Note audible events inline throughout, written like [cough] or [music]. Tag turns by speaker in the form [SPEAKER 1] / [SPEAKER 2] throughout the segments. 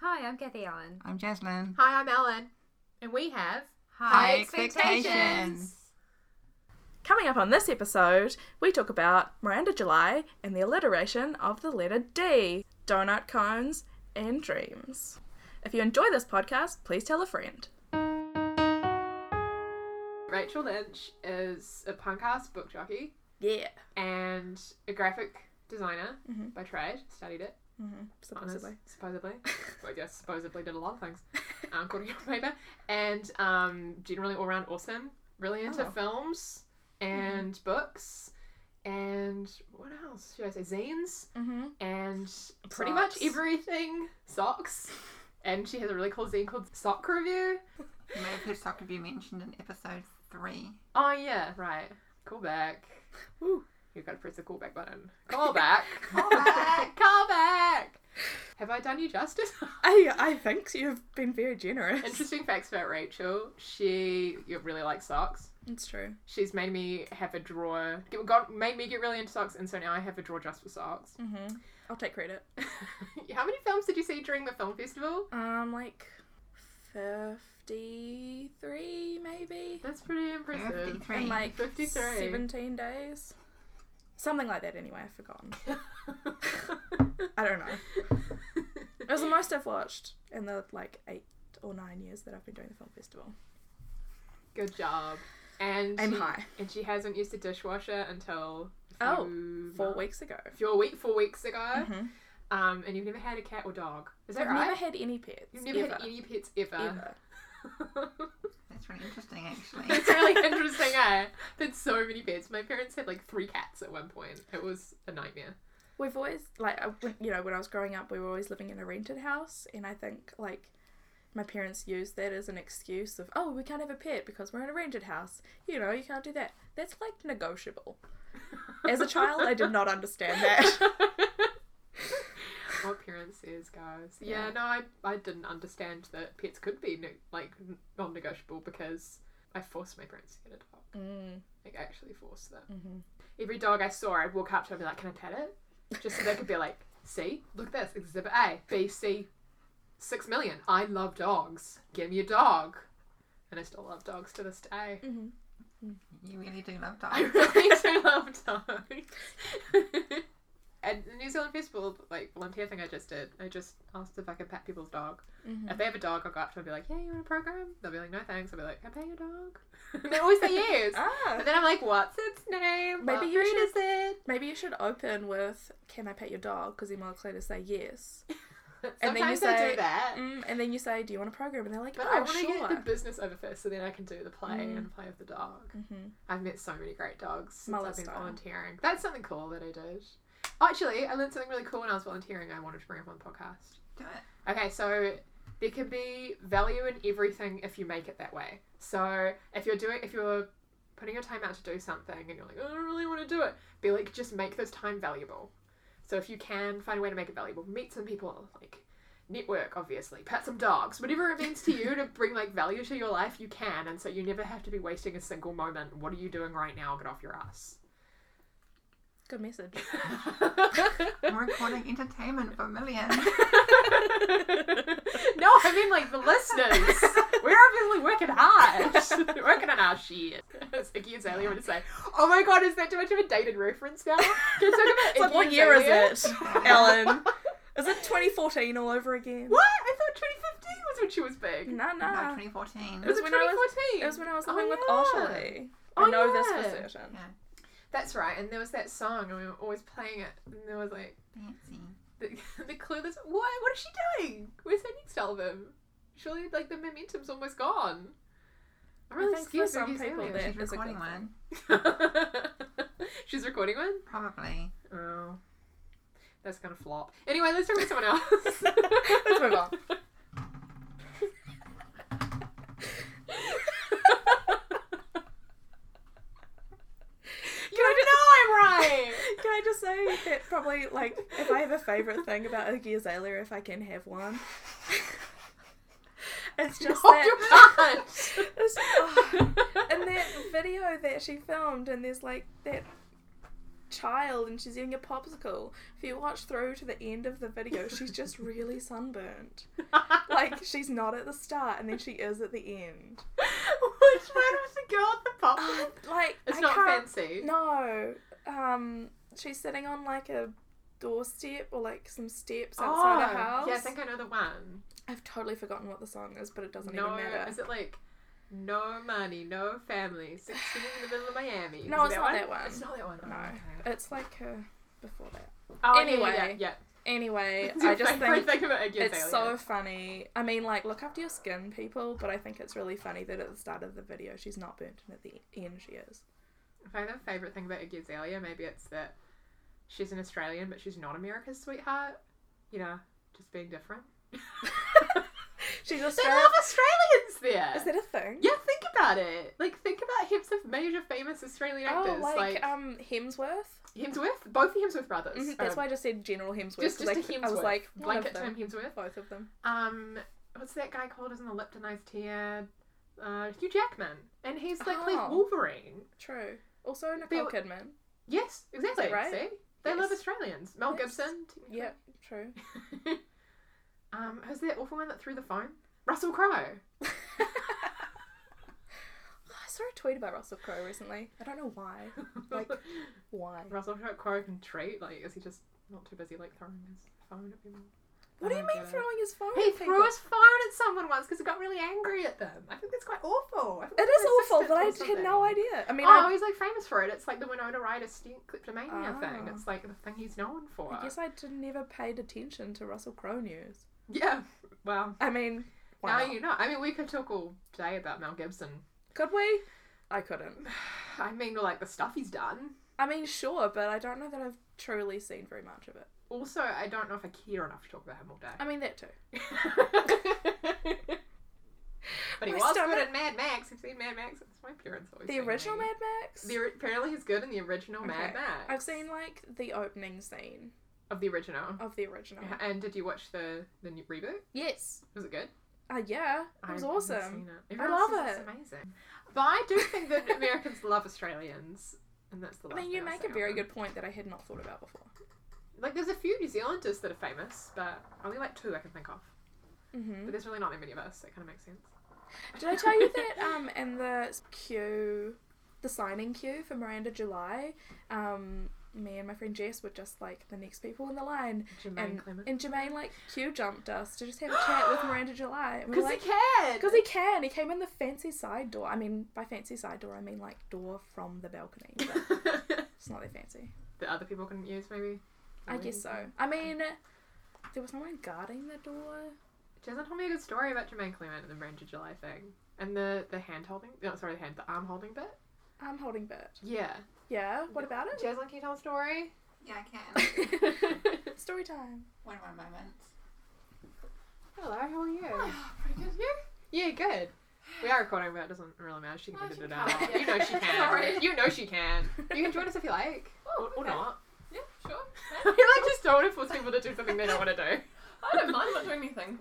[SPEAKER 1] Hi, I'm Kathy Allen.
[SPEAKER 2] I'm Jaslyn.
[SPEAKER 3] Hi, I'm Ellen. And we have.
[SPEAKER 2] High expectations.
[SPEAKER 3] Coming up on this episode, we talk about Miranda July and the alliteration of the letter D, donut cones, and dreams. If you enjoy this podcast, please tell a friend.
[SPEAKER 4] Rachel Lynch is a punk ass book jockey
[SPEAKER 3] Yeah. Mm-hmm.
[SPEAKER 4] and a graphic designer by trade. Studied it, honors,
[SPEAKER 3] Supposedly. [laughs]
[SPEAKER 4] supposedly. well, I guess supposedly did a lot of things, um, according to her paper. And um, generally all around awesome. Really into
[SPEAKER 3] Oh. Mm-hmm.
[SPEAKER 4] films and books and what else? Should I say zines?
[SPEAKER 3] Mm-hmm.
[SPEAKER 4] and pretty much
[SPEAKER 3] Socks.
[SPEAKER 4] everything socks. And she has a really cool zine called Sock Review.
[SPEAKER 2] You may have heard Sock Review mentioned in episode three.
[SPEAKER 4] Oh yeah, right. Call back.
[SPEAKER 3] Woo.
[SPEAKER 4] You gotta press the call
[SPEAKER 3] [laughs]
[SPEAKER 4] back button. Call back.
[SPEAKER 2] Call
[SPEAKER 4] [laughs]
[SPEAKER 2] back.
[SPEAKER 4] call back. Have I done you justice? [laughs]
[SPEAKER 3] I, I think you've been very generous.
[SPEAKER 4] Interesting facts about Rachel. She you really likes socks.
[SPEAKER 3] It's true.
[SPEAKER 4] She's made me have a drawer. get- Got made me get really into socks, and so now I have a drawer just for socks. [laughs]
[SPEAKER 3] Mm-hmm. I'll take credit.
[SPEAKER 4] How many films did you see during the film festival?
[SPEAKER 3] Um, like 53 maybe?
[SPEAKER 4] That's pretty impressive.
[SPEAKER 2] 53.
[SPEAKER 3] In like
[SPEAKER 4] 53.
[SPEAKER 3] 17 days. Something like that anyway, I've forgotten. I don't know. It was the most I've watched in the like eight or nine years that I've been doing the film festival.
[SPEAKER 4] [laughs] Good job. And
[SPEAKER 3] Aim
[SPEAKER 4] she,
[SPEAKER 3] high.
[SPEAKER 4] and she hasn't used a dishwasher until a
[SPEAKER 3] Oh,
[SPEAKER 4] few
[SPEAKER 3] Four
[SPEAKER 4] months-
[SPEAKER 3] weeks ago.
[SPEAKER 4] a few- a week, four weeks ago.
[SPEAKER 3] Mhm.
[SPEAKER 4] Um, and you've never had a cat or dog. Is that
[SPEAKER 3] I've
[SPEAKER 4] right?
[SPEAKER 3] never had any pets.
[SPEAKER 4] you've never
[SPEAKER 3] ever,
[SPEAKER 4] had any pets ever.
[SPEAKER 3] Ever.
[SPEAKER 2] That's really interesting,
[SPEAKER 4] [laughs]
[SPEAKER 2] [laughs]
[SPEAKER 4] That's
[SPEAKER 2] actually.
[SPEAKER 4] really interesting, eh? That's so many pets. My parents had like three cats at one point. It was
[SPEAKER 3] [laughs]
[SPEAKER 4] a nightmare.
[SPEAKER 3] We've always like I- when- you know when I was growing up, we were always living in a rented house, and I think like my parents used that as an excuse of oh we can't have a pet because we're in a rented house. You know you can't do that. That's like negotiable. As a child, I did not understand
[SPEAKER 4] [laughs]
[SPEAKER 3] that.
[SPEAKER 4] what parents is, guys. Yeah,
[SPEAKER 3] Yeah.
[SPEAKER 4] no, I, I didn't understand that pets could be ne- like non negotiable because I forced my parents to get a dog.
[SPEAKER 3] Mm,
[SPEAKER 4] Like, I actually forced them.
[SPEAKER 3] mhm.
[SPEAKER 4] every dog I saw, I'd walk up to and be like, "Can I pet it?" Just so they could be like, [laughs] "See, look at this Exhibit A, B, C, six million. I love dogs. Give me a dog." And I still love dogs to this day.
[SPEAKER 2] you really do love
[SPEAKER 4] I
[SPEAKER 2] dogs.
[SPEAKER 4] really [laughs] do love dogs. At the New Zealand Festival, like volunteer thing I just did, I just asked if I could pet people's dog. If they have a dog, I'll go up to them and be like, "Yeah, you want a program?" They'll be like, "No, thanks." I'll be like, "Can I pet your dog?" And they always say [laughs] yes.
[SPEAKER 3] Ah,
[SPEAKER 4] And then I'm like, "What's its name?
[SPEAKER 3] Maybe
[SPEAKER 4] what
[SPEAKER 3] you
[SPEAKER 4] breed
[SPEAKER 3] should-
[SPEAKER 4] is it?"
[SPEAKER 3] maybe you should open with "Can I pet your dog?" Because you're more likely to say yes.
[SPEAKER 4] And
[SPEAKER 3] [laughs] And then you
[SPEAKER 4] Sometimes I do
[SPEAKER 3] say-
[SPEAKER 4] that.
[SPEAKER 3] Mm, and then you say, "Do you want a program?" And they're like,
[SPEAKER 4] But I
[SPEAKER 3] "Oh,
[SPEAKER 4] want to
[SPEAKER 3] sure."
[SPEAKER 4] get the business over first so then I can do the play
[SPEAKER 3] Mm.
[SPEAKER 4] and play with the dog.
[SPEAKER 3] Mhm.
[SPEAKER 4] I've met so many great dogs since
[SPEAKER 3] Mullet
[SPEAKER 4] I've been
[SPEAKER 3] style.
[SPEAKER 4] volunteering. That's something cool that I did. Actually, I learned something really cool when I was volunteering I wanted to bring up on the podcast.
[SPEAKER 2] Do it.
[SPEAKER 4] Okay, so there can be value in everything if you make it that way. So if you're doing if you're putting your time out to do something and you're like, "Oh, I don't really want to do it, be like, just make this time valuable. So if you can find a way to make it valuable, meet some people, like network, obviously, pet some dogs, whatever it means to you to bring like value to your life, you can, and so you never have to be wasting a single moment. What are you doing right now? Get off your ass.
[SPEAKER 3] Good
[SPEAKER 4] [laughs]
[SPEAKER 3] message. [laughs]
[SPEAKER 2] I'm recording entertainment for [laughs] millions.
[SPEAKER 3] [laughs]
[SPEAKER 4] no, I mean like the [laughs] listeners. We're obviously working
[SPEAKER 3] [laughs]
[SPEAKER 4] hard. We're working on our shit. As Iggy and Azalea would say, oh my god, is that too much of a dated
[SPEAKER 3] [laughs]
[SPEAKER 4] reference now? Can you talk about
[SPEAKER 3] It's
[SPEAKER 4] Iggy
[SPEAKER 3] like, what
[SPEAKER 4] and
[SPEAKER 3] year is
[SPEAKER 4] Azalea?
[SPEAKER 3] it, [laughs] Ellen? Is it 2014 all over again?
[SPEAKER 4] What? I thought 2015 was when she was big.
[SPEAKER 3] No,
[SPEAKER 2] No,
[SPEAKER 3] no.
[SPEAKER 2] 2014.
[SPEAKER 3] was
[SPEAKER 4] it
[SPEAKER 3] when I was-
[SPEAKER 4] 2014.
[SPEAKER 3] It was when I was
[SPEAKER 4] Oh,
[SPEAKER 3] living
[SPEAKER 4] yeah.
[SPEAKER 3] with Otterly.
[SPEAKER 4] Oh,
[SPEAKER 3] I know this for
[SPEAKER 4] yeah.
[SPEAKER 3] certain.
[SPEAKER 2] Yeah,
[SPEAKER 4] That's right, and there was that song, and we were always playing it, and there was like
[SPEAKER 2] fancy.
[SPEAKER 4] the, [laughs] the clueless. What? What is she doing? Where's her next album? Surely, like the momentum's almost gone. I'm
[SPEAKER 3] I
[SPEAKER 4] really
[SPEAKER 3] think for
[SPEAKER 4] scared
[SPEAKER 3] some
[SPEAKER 4] Iggy
[SPEAKER 3] people
[SPEAKER 4] Azalea.
[SPEAKER 3] that-
[SPEAKER 2] She's
[SPEAKER 3] is a good
[SPEAKER 2] recording
[SPEAKER 3] thing.
[SPEAKER 2] one,
[SPEAKER 4] [laughs] She's recording one?
[SPEAKER 2] probably.
[SPEAKER 4] Oh. That's gonna flop. Anyway, let's talk about someone
[SPEAKER 3] [laughs]
[SPEAKER 4] else.
[SPEAKER 3] Let's move on.
[SPEAKER 4] you don't know I'm right! [laughs]
[SPEAKER 3] Can I just say that probably, like, if I have a favourite thing about Iggy Azalea, if I can have one, [laughs] it's just [laughs]
[SPEAKER 4] Hold
[SPEAKER 3] that.
[SPEAKER 4] your
[SPEAKER 3] It's, oh,
[SPEAKER 4] punch! [laughs]
[SPEAKER 3] in that video that she filmed, and there's like that child and she's eating a popsicle. If you watch through to the end of the video, she's
[SPEAKER 4] [laughs]
[SPEAKER 3] just really sunburnt. Like she's not at the start and then she is at the end.
[SPEAKER 4] Which one was the girl at the pop?
[SPEAKER 3] Uh, like
[SPEAKER 4] It's
[SPEAKER 3] I
[SPEAKER 4] not
[SPEAKER 3] can't-
[SPEAKER 4] fancy.
[SPEAKER 3] No. Um she's sitting on like a doorstep or like some steps
[SPEAKER 4] oh,
[SPEAKER 3] outside a house.
[SPEAKER 4] yeah, I think I know the one.
[SPEAKER 3] I've totally forgotten what the song is, but it doesn't
[SPEAKER 4] no,
[SPEAKER 3] even matter.
[SPEAKER 4] is it like no money, no family, sixteen in the middle of Miami?
[SPEAKER 3] No,
[SPEAKER 4] Is
[SPEAKER 3] it's
[SPEAKER 4] it
[SPEAKER 3] not that one.
[SPEAKER 4] It's not that one. Oh,
[SPEAKER 3] No.
[SPEAKER 4] okay.
[SPEAKER 3] It's like uh before that.
[SPEAKER 4] Oh,
[SPEAKER 3] Anyway,
[SPEAKER 4] yeah, yeah, yeah. [laughs]
[SPEAKER 3] Anyway,
[SPEAKER 4] It's your
[SPEAKER 3] I just
[SPEAKER 4] favourite
[SPEAKER 3] think
[SPEAKER 4] thing about Iggy
[SPEAKER 3] it's so
[SPEAKER 4] Azalea.
[SPEAKER 3] funny. I mean, like, look after your skin, people, but I think it's really funny that at the start of the video she's not burnt and at the end she is. [laughs]
[SPEAKER 4] If I have a favourite thing about Iggy Azalea, maybe it's that she's an Australian, but she's not America's sweetheart. You know, just being different.
[SPEAKER 3] She's
[SPEAKER 4] They
[SPEAKER 3] Australian.
[SPEAKER 4] love Australians there.
[SPEAKER 3] Is that a thing?
[SPEAKER 4] yeah, think about it. Like, think about heaps of major famous Australian
[SPEAKER 3] Oh,
[SPEAKER 4] actors,
[SPEAKER 3] like,
[SPEAKER 4] like,
[SPEAKER 3] um Hemsworth.
[SPEAKER 4] Hemsworth, both the Hemsworth brothers.
[SPEAKER 3] Mhm, That's
[SPEAKER 4] Um,
[SPEAKER 3] why I just said general Hemsworth.
[SPEAKER 4] just
[SPEAKER 3] 'cause
[SPEAKER 4] just
[SPEAKER 3] I,
[SPEAKER 4] a Hemsworth.
[SPEAKER 3] I was like one
[SPEAKER 4] blanket
[SPEAKER 3] of them,
[SPEAKER 4] term Hemsworth.
[SPEAKER 3] both of them.
[SPEAKER 4] Um, what's that guy called? Isn't the Liptonized tear? Uh, Hugh Jackman, and he's like plays
[SPEAKER 3] Oh.
[SPEAKER 4] Wolverine.
[SPEAKER 3] True. Also Nicole
[SPEAKER 4] were-
[SPEAKER 3] Kidman.
[SPEAKER 4] Yes, exactly.
[SPEAKER 3] right?
[SPEAKER 4] See, they
[SPEAKER 3] Yes.
[SPEAKER 4] love Australians. Mel
[SPEAKER 3] Yes.
[SPEAKER 4] Gibson.
[SPEAKER 3] Yep. True.
[SPEAKER 4] [laughs]
[SPEAKER 3] [laughs]
[SPEAKER 4] um, who's that awful one that threw the phone? Russell Crowe.
[SPEAKER 3] Oh, I saw a tweet about Russell Crowe recently. I don't know why. Like, Why?
[SPEAKER 4] [laughs] Russell Crowe can treat. Like, is he just not too busy like throwing his phone at people?
[SPEAKER 3] What do you
[SPEAKER 4] Oh,
[SPEAKER 3] mean
[SPEAKER 4] God.
[SPEAKER 3] throwing his phone?
[SPEAKER 4] He
[SPEAKER 3] at people?
[SPEAKER 4] threw his phone at someone once because he got really angry at them. I think that's quite awful. I think
[SPEAKER 3] It
[SPEAKER 4] that's
[SPEAKER 3] is awful,
[SPEAKER 4] racist
[SPEAKER 3] but I
[SPEAKER 4] or
[SPEAKER 3] had
[SPEAKER 4] something.
[SPEAKER 3] no idea. I mean,
[SPEAKER 4] oh,
[SPEAKER 3] I,
[SPEAKER 4] he's like famous for it. It's like the Winona Ryder stink kleptomania thing.
[SPEAKER 3] Ah.
[SPEAKER 4] It's like the thing he's known for.
[SPEAKER 3] I guess I d- never paid attention to Russell Crowe news.
[SPEAKER 4] Yeah. Well,
[SPEAKER 3] I mean,
[SPEAKER 4] now
[SPEAKER 3] wow.
[SPEAKER 4] you know. I mean, we could talk all day about Mel Gibson. [sighs]
[SPEAKER 3] could we? I couldn't.
[SPEAKER 4] I mean, like the stuff he's done.
[SPEAKER 3] I mean, sure, but I don't know that I've truly seen very much of it.
[SPEAKER 4] Also, I don't know if I care enough to talk about him all day. [laughs]
[SPEAKER 3] I mean, that too.
[SPEAKER 4] but he
[SPEAKER 3] My
[SPEAKER 4] was good
[SPEAKER 3] stomach-
[SPEAKER 4] at Mad Max. I've seen Mad Max. It's my parents always.
[SPEAKER 3] The
[SPEAKER 4] saying
[SPEAKER 3] original
[SPEAKER 4] Mad.
[SPEAKER 3] Mad Max?
[SPEAKER 4] The, ori- apparently, he's good in the original Mad
[SPEAKER 3] Okay.
[SPEAKER 4] Max.
[SPEAKER 3] I've seen, Oh, like, the opening scene
[SPEAKER 4] of the original.
[SPEAKER 3] of the original.
[SPEAKER 4] And did you watch the the new reboot?
[SPEAKER 3] Yes.
[SPEAKER 4] Was it good?
[SPEAKER 3] Uh, yeah. It
[SPEAKER 4] I
[SPEAKER 3] was
[SPEAKER 4] haven't
[SPEAKER 3] awesome.
[SPEAKER 4] seen it. Everyone
[SPEAKER 3] love
[SPEAKER 4] says
[SPEAKER 3] it.
[SPEAKER 4] It's amazing. But I do
[SPEAKER 3] [laughs]
[SPEAKER 4] think that Americans love Australians, and that's the.
[SPEAKER 3] I
[SPEAKER 4] last
[SPEAKER 3] mean, you
[SPEAKER 4] thing I'll
[SPEAKER 3] make
[SPEAKER 4] say
[SPEAKER 3] a
[SPEAKER 4] on
[SPEAKER 3] very
[SPEAKER 4] them.
[SPEAKER 3] good point that I had not thought about before.
[SPEAKER 4] Like, there's a few New Zealanders that are famous, but only like two I can think of.
[SPEAKER 3] hmm
[SPEAKER 4] [laughs] But there's really not that many of us. It kind of makes sense.
[SPEAKER 3] Did I tell you that um in the queue, the signing queue for Miranda July, um me and my friend Jess were just like the next people in the line,
[SPEAKER 4] Jermaine
[SPEAKER 3] and
[SPEAKER 4] Clement.
[SPEAKER 3] and Jermaine like queue jumped us to just have a chat with Miranda July, and we
[SPEAKER 4] Because
[SPEAKER 3] were like.
[SPEAKER 4] he can.
[SPEAKER 3] Because he can, he came in the fancy side door. I mean, by fancy side door, I mean like door from the balcony. But [laughs] it's not that fancy.
[SPEAKER 4] [laughs] that other people couldn't use, maybe.
[SPEAKER 3] I guess so. I mean, there was no one guarding the door.
[SPEAKER 4] Jason told me a good story about Jermaine Clement and the Miranda July thing, and the the hand holding. No, sorry, the hand, the arm holding bit.
[SPEAKER 3] I'm holding Bert.
[SPEAKER 4] Yeah.
[SPEAKER 3] Yeah, what about it?
[SPEAKER 4] Jason, can you tell a story?
[SPEAKER 2] Yeah, I can.
[SPEAKER 3] [laughs] Story time.
[SPEAKER 2] One of my moments.
[SPEAKER 4] Hello, how [sighs] are you?
[SPEAKER 2] Oh, pretty good. You?
[SPEAKER 4] Yeah, good. We are recording, but it doesn't really matter. She can
[SPEAKER 2] Oh,
[SPEAKER 4] edit
[SPEAKER 2] she
[SPEAKER 4] it
[SPEAKER 2] can,
[SPEAKER 4] out.
[SPEAKER 2] yeah.
[SPEAKER 4] You
[SPEAKER 2] Sorry.
[SPEAKER 4] know she can. You know she can. You can join us if you [laughs] like, or,
[SPEAKER 2] Oh,
[SPEAKER 4] or
[SPEAKER 2] okay.
[SPEAKER 4] not.
[SPEAKER 2] Yeah,
[SPEAKER 4] [laughs]
[SPEAKER 2] sure.
[SPEAKER 4] You're like just don't want to force people to do something they don't want to do.
[SPEAKER 1] I don't mind not doing anything.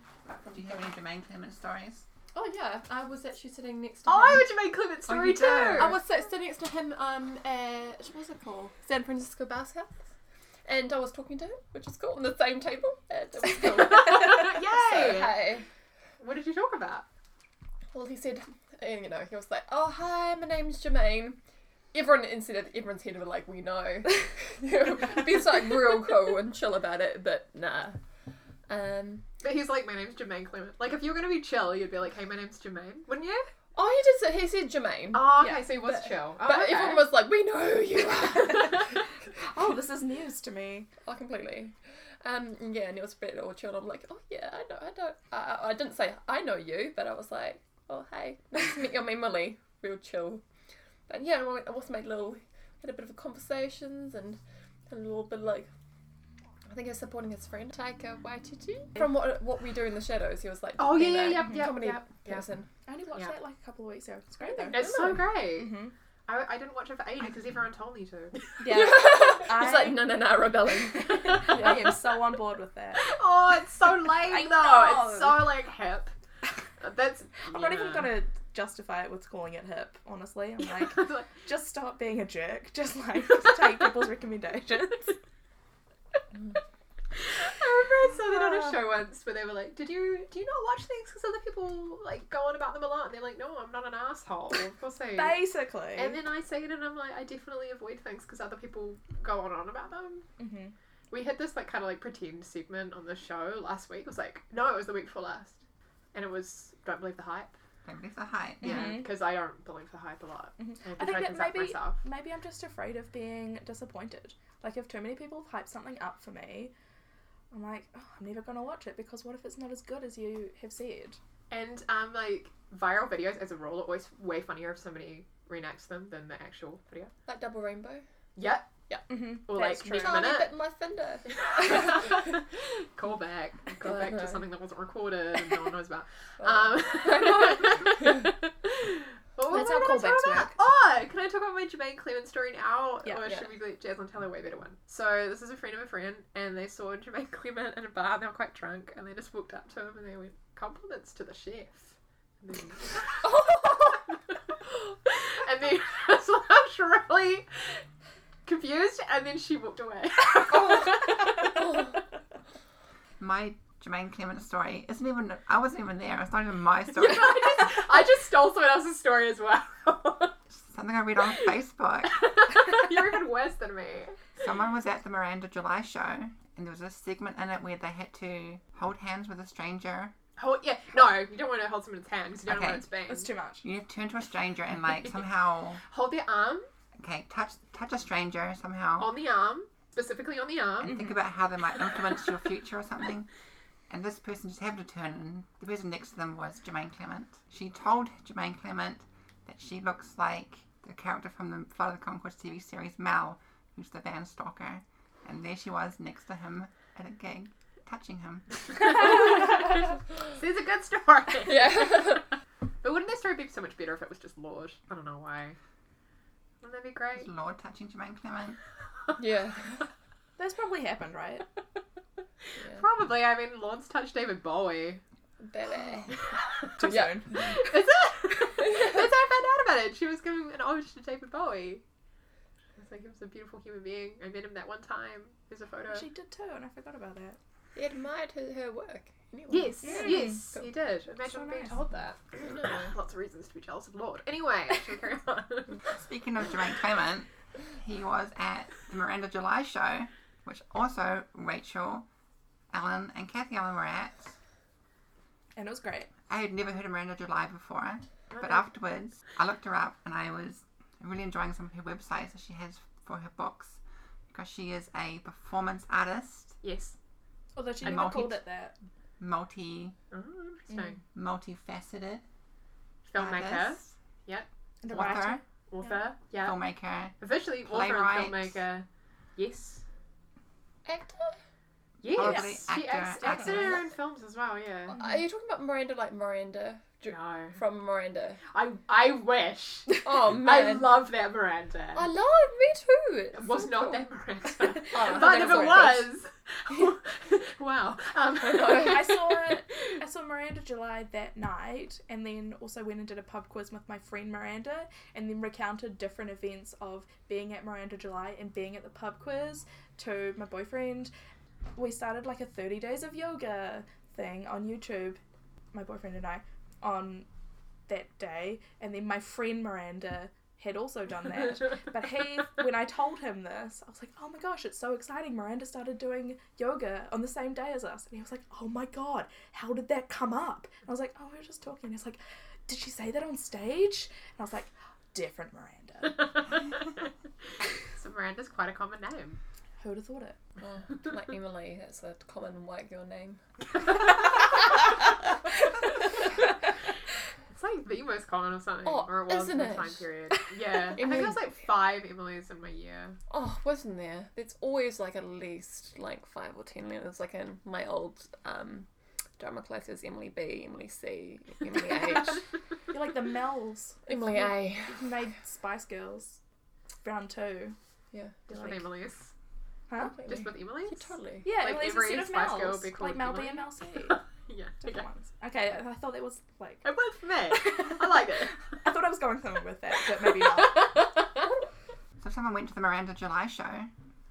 [SPEAKER 2] Do you have any Jermaine Clement stories?
[SPEAKER 1] Oh yeah, I was actually sitting next to him.
[SPEAKER 4] [laughs] Oh, would you make Clement
[SPEAKER 2] Oh,
[SPEAKER 4] story
[SPEAKER 2] you
[SPEAKER 4] too?
[SPEAKER 2] did.
[SPEAKER 1] I was sit- sitting next to him um at what was it called? San Francisco Bass House. And I was talking to him, which is cool, on the same table. And it was
[SPEAKER 3] [laughs]
[SPEAKER 1] cool.
[SPEAKER 4] [laughs] Yay!
[SPEAKER 1] So, hey.
[SPEAKER 4] What did you talk about?
[SPEAKER 1] Well he said and, you know, he was like, Oh hi, my name's Jermaine. Everyone instead of everyone's head were like,
[SPEAKER 4] [laughs]
[SPEAKER 1] We know. [laughs] Ben's like real cool and chill about it, but nah. Um
[SPEAKER 4] But he's like, my name's Jermaine Clement. Like, if you were gonna be chill, you'd be like, hey, my name's Jermaine, wouldn't you?
[SPEAKER 1] Oh he did say he said Jermaine.
[SPEAKER 4] Oh, okay,
[SPEAKER 3] Yeah,
[SPEAKER 4] so he was
[SPEAKER 1] but-
[SPEAKER 4] chill. Oh,
[SPEAKER 1] but
[SPEAKER 4] okay.
[SPEAKER 1] everyone was like, We know who you are
[SPEAKER 4] [laughs]
[SPEAKER 1] [laughs]
[SPEAKER 3] Oh, this is news to me.
[SPEAKER 1] Oh, completely. Um, yeah, and it was a bit all chill. I'm like, oh yeah, I know, I don't, I, I- I didn't say I know you, but I was like, oh hey, nice to meet you, I'm Emily. Real chill. But yeah, we- I also made little, had a bit of a conversations and a little bit like, I think I was supporting his friend Taika Waititi from what what we do in the shadows. He was like,
[SPEAKER 4] Oh, yeah,
[SPEAKER 1] being
[SPEAKER 4] yeah,
[SPEAKER 1] a
[SPEAKER 4] yeah, yeah,
[SPEAKER 1] comedy
[SPEAKER 4] yeah, yeah.
[SPEAKER 1] person.
[SPEAKER 3] I only watched
[SPEAKER 4] Yeah.
[SPEAKER 3] that like a couple of weeks ago. It's great though.
[SPEAKER 4] It's so great.
[SPEAKER 3] Mm-hmm.
[SPEAKER 4] I, I didn't watch it for ages because everyone told me [laughs] to.
[SPEAKER 3] Yeah,
[SPEAKER 1] He's like, no, no, no, rebelling.
[SPEAKER 3] I am so on board with that.
[SPEAKER 4] [laughs] oh, it's so lame
[SPEAKER 3] [laughs] I
[SPEAKER 4] though.
[SPEAKER 3] know.
[SPEAKER 4] It's so like hip. That's. [laughs]
[SPEAKER 3] I've not even got a justify it with calling it hip, honestly. I'm like,
[SPEAKER 4] Like, like,
[SPEAKER 3] just stop being a jerk. Just
[SPEAKER 4] [laughs]
[SPEAKER 3] like just take people's recommendations.
[SPEAKER 4] I remember I saw that on a show once where they were like, "Did you do you not watch things because other people like go on about them a lot?" And they're like, "No, I'm not an asshole. Of course I." am."
[SPEAKER 3] Basically.
[SPEAKER 4] And then I say it, and I'm like, I definitely avoid things because other people go on and on about them.
[SPEAKER 3] Mhm.
[SPEAKER 4] We had this like kind of like pretend segment on the show last week. It was like, no, it was the week before last, and it was don't believe the hype.
[SPEAKER 2] Don't believe the hype.
[SPEAKER 4] Yeah,
[SPEAKER 3] Mhm.
[SPEAKER 4] because I don't believe the hype a lot.
[SPEAKER 3] Mhm.
[SPEAKER 4] I,
[SPEAKER 3] I
[SPEAKER 4] try
[SPEAKER 3] think
[SPEAKER 4] to
[SPEAKER 3] that
[SPEAKER 4] conduct
[SPEAKER 3] maybe
[SPEAKER 4] myself.
[SPEAKER 3] maybe I'm just afraid of being disappointed. Like if too many people have hyped something up for me, I'm like, oh, I'm never gonna watch it because what if it's not as good as you have said?
[SPEAKER 4] And um, like viral videos as a rule are always way funnier if somebody reenacts them than the actual video.
[SPEAKER 1] Like double rainbow.
[SPEAKER 4] Yep.
[SPEAKER 3] Mm-hmm.
[SPEAKER 4] Or like
[SPEAKER 3] true.
[SPEAKER 4] Wait a
[SPEAKER 1] Charlie
[SPEAKER 4] minute.
[SPEAKER 1] bit my fender.
[SPEAKER 4] [laughs] Call back. Call back
[SPEAKER 1] no.
[SPEAKER 4] to something that wasn't recorded and no one knows about.
[SPEAKER 1] Oh.
[SPEAKER 4] Um, Oh. [laughs] what was
[SPEAKER 3] That's how
[SPEAKER 4] I gonna talk
[SPEAKER 3] callbacks
[SPEAKER 4] about?
[SPEAKER 3] work.
[SPEAKER 4] Oh, can I talk about my Jermaine Clement story now?
[SPEAKER 3] Yeah.
[SPEAKER 4] or
[SPEAKER 1] Yeah.
[SPEAKER 4] should we let Jasmine tell a way better one? So this is a friend of a friend and they saw Jermaine [laughs] Clement in a bar and they were quite drunk and they just walked up to him and they went, Compliments to the chef. And then, [laughs] and then [laughs] I was like, really confused and then she walked away.
[SPEAKER 3] Oh.
[SPEAKER 2] My Jermaine Clement story isn't even. I wasn't even there. It's not even my [laughs] story.
[SPEAKER 4] [laughs] I, just, I just stole someone else's story as well. [laughs]
[SPEAKER 2] It's Something I read on Facebook.
[SPEAKER 4] You're even worse than me.
[SPEAKER 2] Someone was at the Miranda July show, and there was a segment in it where they had to hold hands with a stranger.
[SPEAKER 4] Hold, yeah, no, you don't want to hold someone's hand because you don't
[SPEAKER 2] Okay.
[SPEAKER 4] want it to bang.
[SPEAKER 3] That's too much.
[SPEAKER 2] You have to turn to a stranger and like somehow,
[SPEAKER 4] Hold their arm
[SPEAKER 2] okay, touch touch a stranger somehow.
[SPEAKER 4] on the arm, specifically on the arm.
[SPEAKER 2] and think about how they might influence your future or something. And this person just happened to turn, and the person next to them was Jermaine Clement. She told Jermaine Clement that she looks like the character from the Flight of the Conchords TV series, Mal, who's the Van Stalker. And there she was next to him at a gig, touching him.
[SPEAKER 4] [laughs] This is a good story.
[SPEAKER 1] [laughs]
[SPEAKER 3] [laughs]
[SPEAKER 1] yeah. [laughs]
[SPEAKER 4] But wouldn't their story be so much better if it was just Lord? I don't know why. Wouldn't that be great?
[SPEAKER 2] Lord touching Jermaine Clement.
[SPEAKER 1] [laughs] yeah.
[SPEAKER 3] That's probably happened, right?
[SPEAKER 4] Probably. I mean, Lord's touched David
[SPEAKER 3] [laughs]
[SPEAKER 4] Bowie.
[SPEAKER 1] Baby.
[SPEAKER 3] Too
[SPEAKER 1] Yeah.
[SPEAKER 3] soon.
[SPEAKER 4] Is it? That's how I found out about it. She was giving an homage to David Bowie. She was like, he was a beautiful human being. I met him that one time. There's a photo.
[SPEAKER 3] She did too, and I forgot about that.
[SPEAKER 1] He admired her, her work. Anyway. Mm.
[SPEAKER 4] Yes,
[SPEAKER 3] Yeah.
[SPEAKER 4] yes,
[SPEAKER 1] Cool.
[SPEAKER 4] he did. Imagine
[SPEAKER 3] So
[SPEAKER 4] being
[SPEAKER 3] nice.
[SPEAKER 4] told that. [laughs] Lots of reasons to be jealous of Lord. Anyway, shall we carry on?
[SPEAKER 2] Speaking of Jermaine Clement, he was at the Miranda July show, which also Rachel, Ellen, and Kathy Allen were at.
[SPEAKER 3] And it was great.
[SPEAKER 2] I had never heard of Miranda July before, but
[SPEAKER 4] Okay.
[SPEAKER 2] afterwards I looked her up and I was really enjoying some of her websites that she has for her books because she is a performance artist,
[SPEAKER 4] yes.
[SPEAKER 3] Although she
[SPEAKER 2] And
[SPEAKER 3] never
[SPEAKER 2] multi-
[SPEAKER 3] called it that.
[SPEAKER 2] multi
[SPEAKER 4] Oh, interesting.
[SPEAKER 2] multifaceted
[SPEAKER 4] Filmmaker,
[SPEAKER 2] artist,
[SPEAKER 3] And a writer.
[SPEAKER 2] author,
[SPEAKER 4] author, yeah.
[SPEAKER 2] filmmaker,
[SPEAKER 4] Officially, author
[SPEAKER 2] Playwright.
[SPEAKER 4] and filmmaker. Yes.
[SPEAKER 1] Actor?
[SPEAKER 2] Probably
[SPEAKER 4] Yes. She
[SPEAKER 2] actor,
[SPEAKER 4] acts, acts in
[SPEAKER 2] actor.
[SPEAKER 4] her own films as well, yeah.
[SPEAKER 1] Are you talking about Miranda like Miranda? Ju-
[SPEAKER 4] No.
[SPEAKER 1] From Miranda.
[SPEAKER 4] [laughs] I, I wish.
[SPEAKER 1] Oh
[SPEAKER 4] I
[SPEAKER 1] man.
[SPEAKER 4] love that Miranda.
[SPEAKER 1] I love me too. It's
[SPEAKER 4] it was
[SPEAKER 1] so
[SPEAKER 4] not
[SPEAKER 1] cool.
[SPEAKER 4] that Miranda.
[SPEAKER 1] Oh,
[SPEAKER 4] but
[SPEAKER 1] that
[SPEAKER 4] if
[SPEAKER 1] was
[SPEAKER 4] it was, [laughs] wow. Um,
[SPEAKER 3] I saw it- I saw Miranda July that night, and then also went and did a pub quiz with my friend Miranda, and then recounted different events of being at Miranda July and being at the pub quiz to my boyfriend. We started like a 30 days of yoga thing on YouTube, my boyfriend and I, on that day, and then my friend Miranda had also done
[SPEAKER 4] [laughs]
[SPEAKER 3] that. But he, when I told him this, I was like, oh my gosh, it's so exciting. Miranda started doing yoga on the same day as us. And he was like, oh my god, how did that come up? And I was like, oh, we were just talking. And he's like, did she say that on stage? And I was like, different Miranda.
[SPEAKER 4] [laughs] so Miranda's quite a common name.
[SPEAKER 3] Who would have thought it?
[SPEAKER 4] [laughs]
[SPEAKER 1] Oh, like Emily, that's a common white girl name.
[SPEAKER 4] It's like the most common or something,
[SPEAKER 1] Oh,
[SPEAKER 4] or it was in
[SPEAKER 1] isn't
[SPEAKER 4] the
[SPEAKER 1] it?
[SPEAKER 4] time period.
[SPEAKER 1] [laughs]
[SPEAKER 4] Yeah, I think
[SPEAKER 1] Emily-
[SPEAKER 4] there was like five Emily's in my year.
[SPEAKER 1] Oh, wasn't there? There's always like at least like five or ten letters. Like in my old um, drama classes, Emily B, Emily C, Emily
[SPEAKER 4] [laughs]
[SPEAKER 1] H,
[SPEAKER 3] You're like the Mel's.
[SPEAKER 1] Emily A.
[SPEAKER 3] You've made Spice Girls round two.
[SPEAKER 1] Yeah.
[SPEAKER 4] Just
[SPEAKER 3] Like-
[SPEAKER 4] with Emily's.
[SPEAKER 3] Huh?
[SPEAKER 4] Just with Emily's.
[SPEAKER 1] Yeah, totally.
[SPEAKER 3] Yeah,
[SPEAKER 4] Like
[SPEAKER 3] like Emily's
[SPEAKER 4] every
[SPEAKER 3] instead of
[SPEAKER 4] Spice Girl
[SPEAKER 3] Mel's.
[SPEAKER 4] would be called
[SPEAKER 3] like Mel B
[SPEAKER 4] [laughs] Emily.
[SPEAKER 3] and Mel C.
[SPEAKER 4] [laughs] yeah. Okay.
[SPEAKER 3] Different ones. Okay, I I thought that was like.
[SPEAKER 1] [laughs]
[SPEAKER 4] It was me. I like it.
[SPEAKER 3] someone with that, but maybe not.
[SPEAKER 2] So if someone went to the Miranda July show,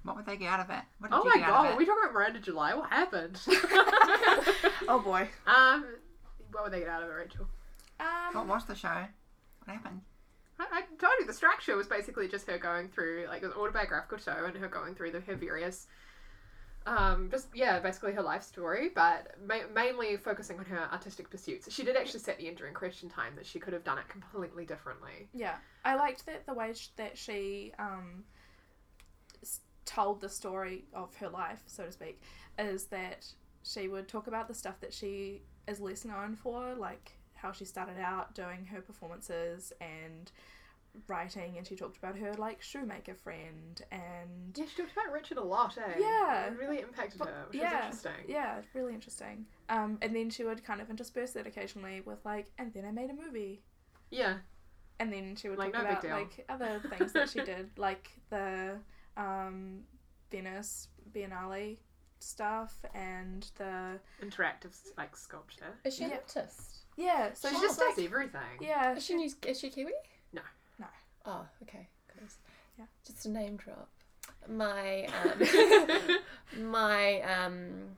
[SPEAKER 2] what would they get out of it? What did
[SPEAKER 4] Oh
[SPEAKER 2] you
[SPEAKER 4] my
[SPEAKER 2] get out
[SPEAKER 4] god,
[SPEAKER 2] of
[SPEAKER 4] are
[SPEAKER 2] it?
[SPEAKER 4] we talking about Miranda July? What
[SPEAKER 1] [laughs]
[SPEAKER 4] happened? [laughs]
[SPEAKER 3] Oh boy.
[SPEAKER 4] um, what would they get out of it, Rachel?
[SPEAKER 2] What
[SPEAKER 3] Um,
[SPEAKER 2] was the show? What happened?
[SPEAKER 4] I, I told you the Strack show was basically just her going through like it was an autobiographical show and her going through the, her various, um, just yeah, basically her life story, but ma- mainly focusing on her artistic pursuits. She did actually say at the end during question time that she could have done it completely differently.
[SPEAKER 3] yeah, I liked that the way sh- that she um, s- told the story of her life, so to speak, is that she would talk about the stuff that she is less known for, like how she started out doing her performances and writing, and she talked about her like shoemaker friend and
[SPEAKER 4] Yeah, she talked about Richard a lot, eh?
[SPEAKER 3] Yeah.
[SPEAKER 4] it really impacted her, which
[SPEAKER 3] yeah,
[SPEAKER 4] was interesting.
[SPEAKER 3] Yeah, really interesting. Um, and then she would kind of intersperse that occasionally with like, and then I made a movie,
[SPEAKER 4] yeah.
[SPEAKER 3] and then she would
[SPEAKER 4] Like,
[SPEAKER 3] talk
[SPEAKER 4] no big
[SPEAKER 3] about
[SPEAKER 4] deal.
[SPEAKER 3] like
[SPEAKER 4] [laughs]
[SPEAKER 3] other things that she did, like the um, Venice Biennale stuff and the
[SPEAKER 4] interactive like sculpture.
[SPEAKER 1] Is she an
[SPEAKER 3] Yeah.
[SPEAKER 1] artist?
[SPEAKER 3] yeah. So
[SPEAKER 4] So she
[SPEAKER 3] she's
[SPEAKER 4] just
[SPEAKER 3] just
[SPEAKER 4] does
[SPEAKER 3] like
[SPEAKER 4] everything.
[SPEAKER 3] yeah,
[SPEAKER 1] Is she, New, is she Kiwi?
[SPEAKER 4] Uh, No.
[SPEAKER 3] No.
[SPEAKER 1] Oh, okay. Cause
[SPEAKER 3] Yeah.
[SPEAKER 1] Just a name drop. My
[SPEAKER 4] [laughs]
[SPEAKER 1] um, [laughs] my um,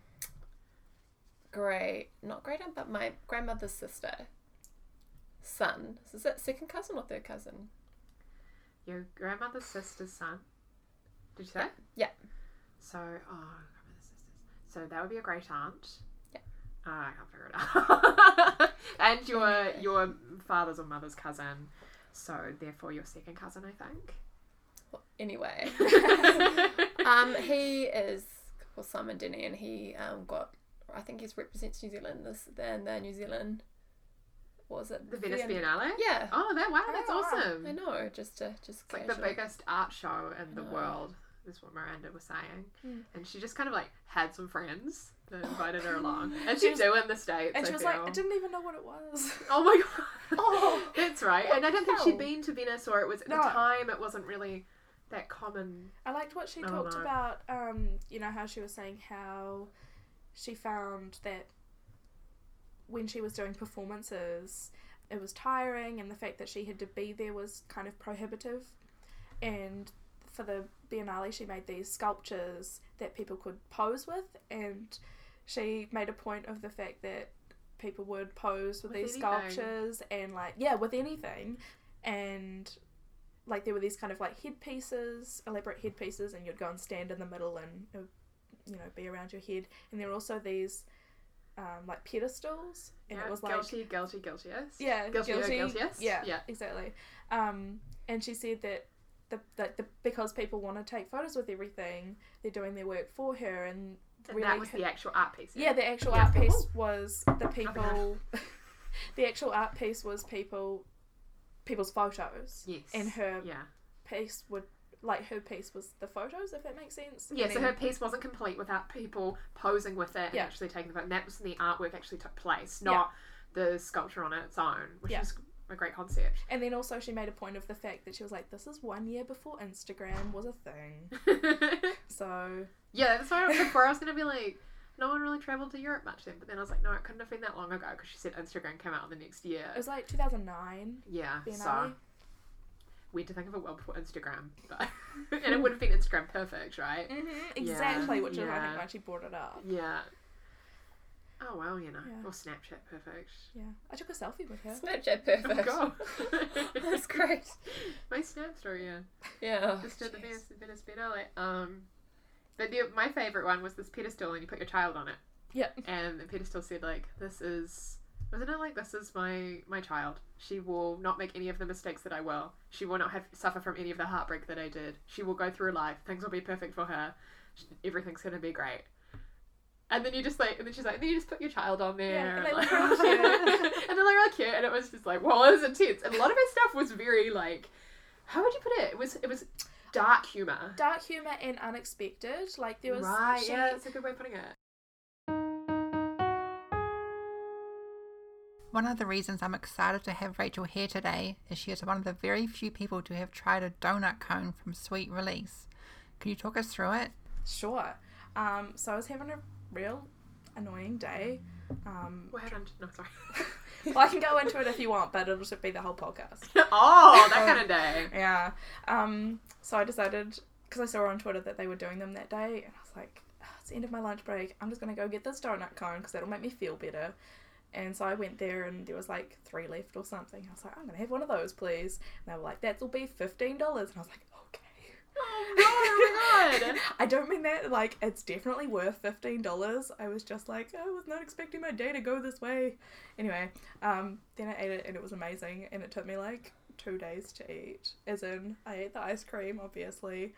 [SPEAKER 1] great not great aunt, but my grandmother's sister, son. Is that second cousin or third cousin?
[SPEAKER 4] Your grandmother's sister's son. Did you say?
[SPEAKER 1] Yeah.
[SPEAKER 4] So, oh, grandmother's sisters. So that would be a great aunt.
[SPEAKER 1] Yeah.
[SPEAKER 4] Oh, I can't figure it out. [laughs] and your
[SPEAKER 1] Okay.
[SPEAKER 4] your father's or mother's cousin. So therefore, your second cousin, I
[SPEAKER 3] [laughs]
[SPEAKER 1] Well, anyway,
[SPEAKER 4] [laughs] think.
[SPEAKER 1] um, he is called Simon Denny, and he um got I think he represents New Zealand this then the New Zealand. What was it
[SPEAKER 4] the Venice
[SPEAKER 1] Vien-
[SPEAKER 4] Biennale.
[SPEAKER 1] Yeah,
[SPEAKER 4] Oh, that wow, that's
[SPEAKER 3] Oh, wow.
[SPEAKER 4] awesome.
[SPEAKER 1] I know. Just to just
[SPEAKER 4] It's like the
[SPEAKER 1] casually-
[SPEAKER 4] biggest art show in the
[SPEAKER 1] know.
[SPEAKER 4] world, is what Miranda was saying.
[SPEAKER 3] Mm.
[SPEAKER 4] And she just kind of like had some friends that invited
[SPEAKER 3] [laughs]
[SPEAKER 4] her along. And
[SPEAKER 3] She
[SPEAKER 4] she
[SPEAKER 3] was-
[SPEAKER 4] do in the States.
[SPEAKER 3] and
[SPEAKER 4] I
[SPEAKER 3] she was
[SPEAKER 4] feel.
[SPEAKER 3] like, I didn't even know what it was. [laughs]
[SPEAKER 4] Oh my god.
[SPEAKER 1] Oh,
[SPEAKER 4] [laughs] That's right. And I don't think she'd
[SPEAKER 1] hell?
[SPEAKER 4] been to Venice or it was at
[SPEAKER 3] No.
[SPEAKER 4] the time it wasn't really that common.
[SPEAKER 3] I liked what she
[SPEAKER 4] No,
[SPEAKER 3] talked
[SPEAKER 4] no.
[SPEAKER 3] about. Um, you know how she was saying how she found that when she was doing performances, it was tiring, and the fact that she had to be there was kind of prohibitive. And for the Biennale, she made these sculptures that people could pose with, and she made a point of the fact that people would pose with,
[SPEAKER 4] With
[SPEAKER 3] these
[SPEAKER 4] anything.
[SPEAKER 3] sculptures and like yeah, with anything, and like there were these kind of like headpieces, elaborate headpieces, and you'd go and stand in the middle and it would, you know be around your head. And there were also these um, like pedestals, and it
[SPEAKER 4] Yeah,
[SPEAKER 3] was like
[SPEAKER 4] Ah, Uh, guilty, guilty, guiltiest.
[SPEAKER 3] yeah,
[SPEAKER 4] guilty, uh, guilty, guiltiest.
[SPEAKER 3] yeah,
[SPEAKER 4] yeah.
[SPEAKER 3] exactly. Um, and she said that the, like the because people want to take photos with everything, they're doing their work for her, and
[SPEAKER 4] And
[SPEAKER 3] really
[SPEAKER 4] that was the actual art piece.
[SPEAKER 3] yeah, the actual
[SPEAKER 4] Yeah.
[SPEAKER 3] art piece was the
[SPEAKER 4] God.
[SPEAKER 3] people. [laughs] the actual art piece was people, people's photos.
[SPEAKER 4] Yes.
[SPEAKER 3] And her
[SPEAKER 4] Yeah.
[SPEAKER 3] piece would like her piece was the photos, if that makes sense.
[SPEAKER 4] Yeah,
[SPEAKER 3] And
[SPEAKER 4] so
[SPEAKER 3] then-
[SPEAKER 4] her piece wasn't complete without people posing with it and
[SPEAKER 3] Yeah.
[SPEAKER 4] actually taking the photo. And that was when the artwork actually took place,
[SPEAKER 3] Yeah.
[SPEAKER 4] not the sculpture on its own, which
[SPEAKER 3] Yeah.
[SPEAKER 4] is a great concept. [laughs]
[SPEAKER 3] and then also she made a point of the fact that she was like, "This is one year before Instagram was a
[SPEAKER 4] [laughs]
[SPEAKER 3] thing." So
[SPEAKER 4] yeah, that's why I was before I was going to be like, no one really traveled to Europe much then. But then I was like, no, it couldn't have been that long ago because she said Instagram came out the next year.
[SPEAKER 3] it was like 2009.
[SPEAKER 4] yeah,
[SPEAKER 3] Biennale.
[SPEAKER 4] so weird to think of it well before Instagram. But [laughs] and it would have been Instagram perfect, right?
[SPEAKER 3] Mm-hmm, exactly, which is I
[SPEAKER 4] yeah.
[SPEAKER 3] think why she brought it up.
[SPEAKER 4] Yeah. Oh, well, you know.
[SPEAKER 3] Yeah.
[SPEAKER 4] Or Snapchat perfect.
[SPEAKER 3] Yeah, I took a selfie with her.
[SPEAKER 1] Snapchat
[SPEAKER 4] Oh,
[SPEAKER 1] perfect.
[SPEAKER 4] God.
[SPEAKER 1] [laughs] That's great.
[SPEAKER 4] My Snap story, yeah.
[SPEAKER 1] Yeah. Oh,
[SPEAKER 4] Just did the
[SPEAKER 3] Oh, jeez.
[SPEAKER 4] Venice, Venice Biennale. Um, but the, my favorite one was this pedestal, and you put your child on it.
[SPEAKER 3] Yeah.
[SPEAKER 4] And the pedestal said like, "This is." Wasn't it like this is my my child? She will not make any of the mistakes that I will. She will not have suffer from any of the heartbreak that I did. She will go through life. Things will be perfect for her. Sh everything's gonna be great. And then you just like, and then she's like, and then you just put your child on there,
[SPEAKER 3] Yeah, and they
[SPEAKER 4] and, [laughs] like,
[SPEAKER 3] look real cute.
[SPEAKER 4] and they're like really cute. And it was just like, well, it was intense. And a lot of her stuff was very like, how would you put it? It was it was dark humor.
[SPEAKER 3] Dark humor and unexpected. Like there was
[SPEAKER 4] right,
[SPEAKER 3] she-
[SPEAKER 4] yeah, that's a good way of putting it.
[SPEAKER 2] One of the reasons I'm excited to have Rachel here today is she is one of the very few people to have tried a donut cone from Sweet Release. Can you talk us through it?
[SPEAKER 3] Sure. Um, so I was having a real annoying day. Um, [laughs]
[SPEAKER 4] What happened? No, sorry.
[SPEAKER 3] Well, I can go into it if you want, but it'll just be the whole podcast.
[SPEAKER 4] [laughs] oh,
[SPEAKER 3] um,
[SPEAKER 4] that kind
[SPEAKER 3] [laughs]
[SPEAKER 4] of day.
[SPEAKER 3] Yeah. Um, so I decided because I saw on Twitter that they were doing them that day, and I was like, "Ah, it's the end of my lunch break. I'm just gonna go get this donut cone because that'll make me feel better. And so I went there, and there was like three left or something. I was like, I'm gonna have one of those, please. And they were like, that'll be fifteen dollars. And I was like, okay. [laughs]
[SPEAKER 4] Oh no, oh my god.
[SPEAKER 3] I don't mean that like it's definitely worth fifteen dollars. I was just like, "Oh, I was not expecting my day to go this way. Anyway, um, then I ate it and it was amazing, and it took me like two days to eat. As in, I ate the ice cream obviously,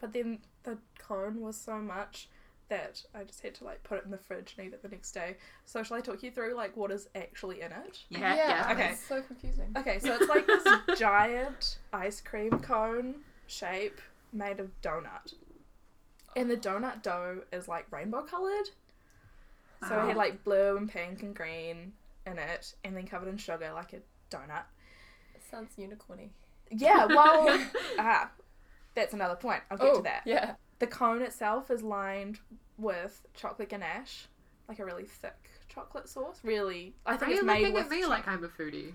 [SPEAKER 3] but then the cone was so much that I just had to like put it in the fridge and eat it the next day. So shall I talk you through like what is actually in it?
[SPEAKER 2] Yeah.
[SPEAKER 4] Yeah, yeah.
[SPEAKER 3] Okay.
[SPEAKER 1] It's so confusing.
[SPEAKER 3] Okay, so it's like this
[SPEAKER 4] [laughs]
[SPEAKER 3] giant ice cream cone shape made of donut. And the donut dough is like rainbow colored. So it had
[SPEAKER 2] Oh.
[SPEAKER 3] like blue and pink and green in it and then covered in sugar like a donut.
[SPEAKER 1] It sounds unicorny.
[SPEAKER 3] Yeah, well,
[SPEAKER 4] [laughs]
[SPEAKER 3] ah, that's another point. I'll
[SPEAKER 4] Oh,
[SPEAKER 3] get to that.
[SPEAKER 1] Oh, Yeah.
[SPEAKER 3] The cone itself is lined with chocolate ganache, like a really thick chocolate sauce. Really, I
[SPEAKER 4] Are
[SPEAKER 3] think
[SPEAKER 4] you
[SPEAKER 3] it's made
[SPEAKER 4] looking
[SPEAKER 3] with
[SPEAKER 4] at me
[SPEAKER 3] [laughs]
[SPEAKER 4] like [laughs] I'm a foodie?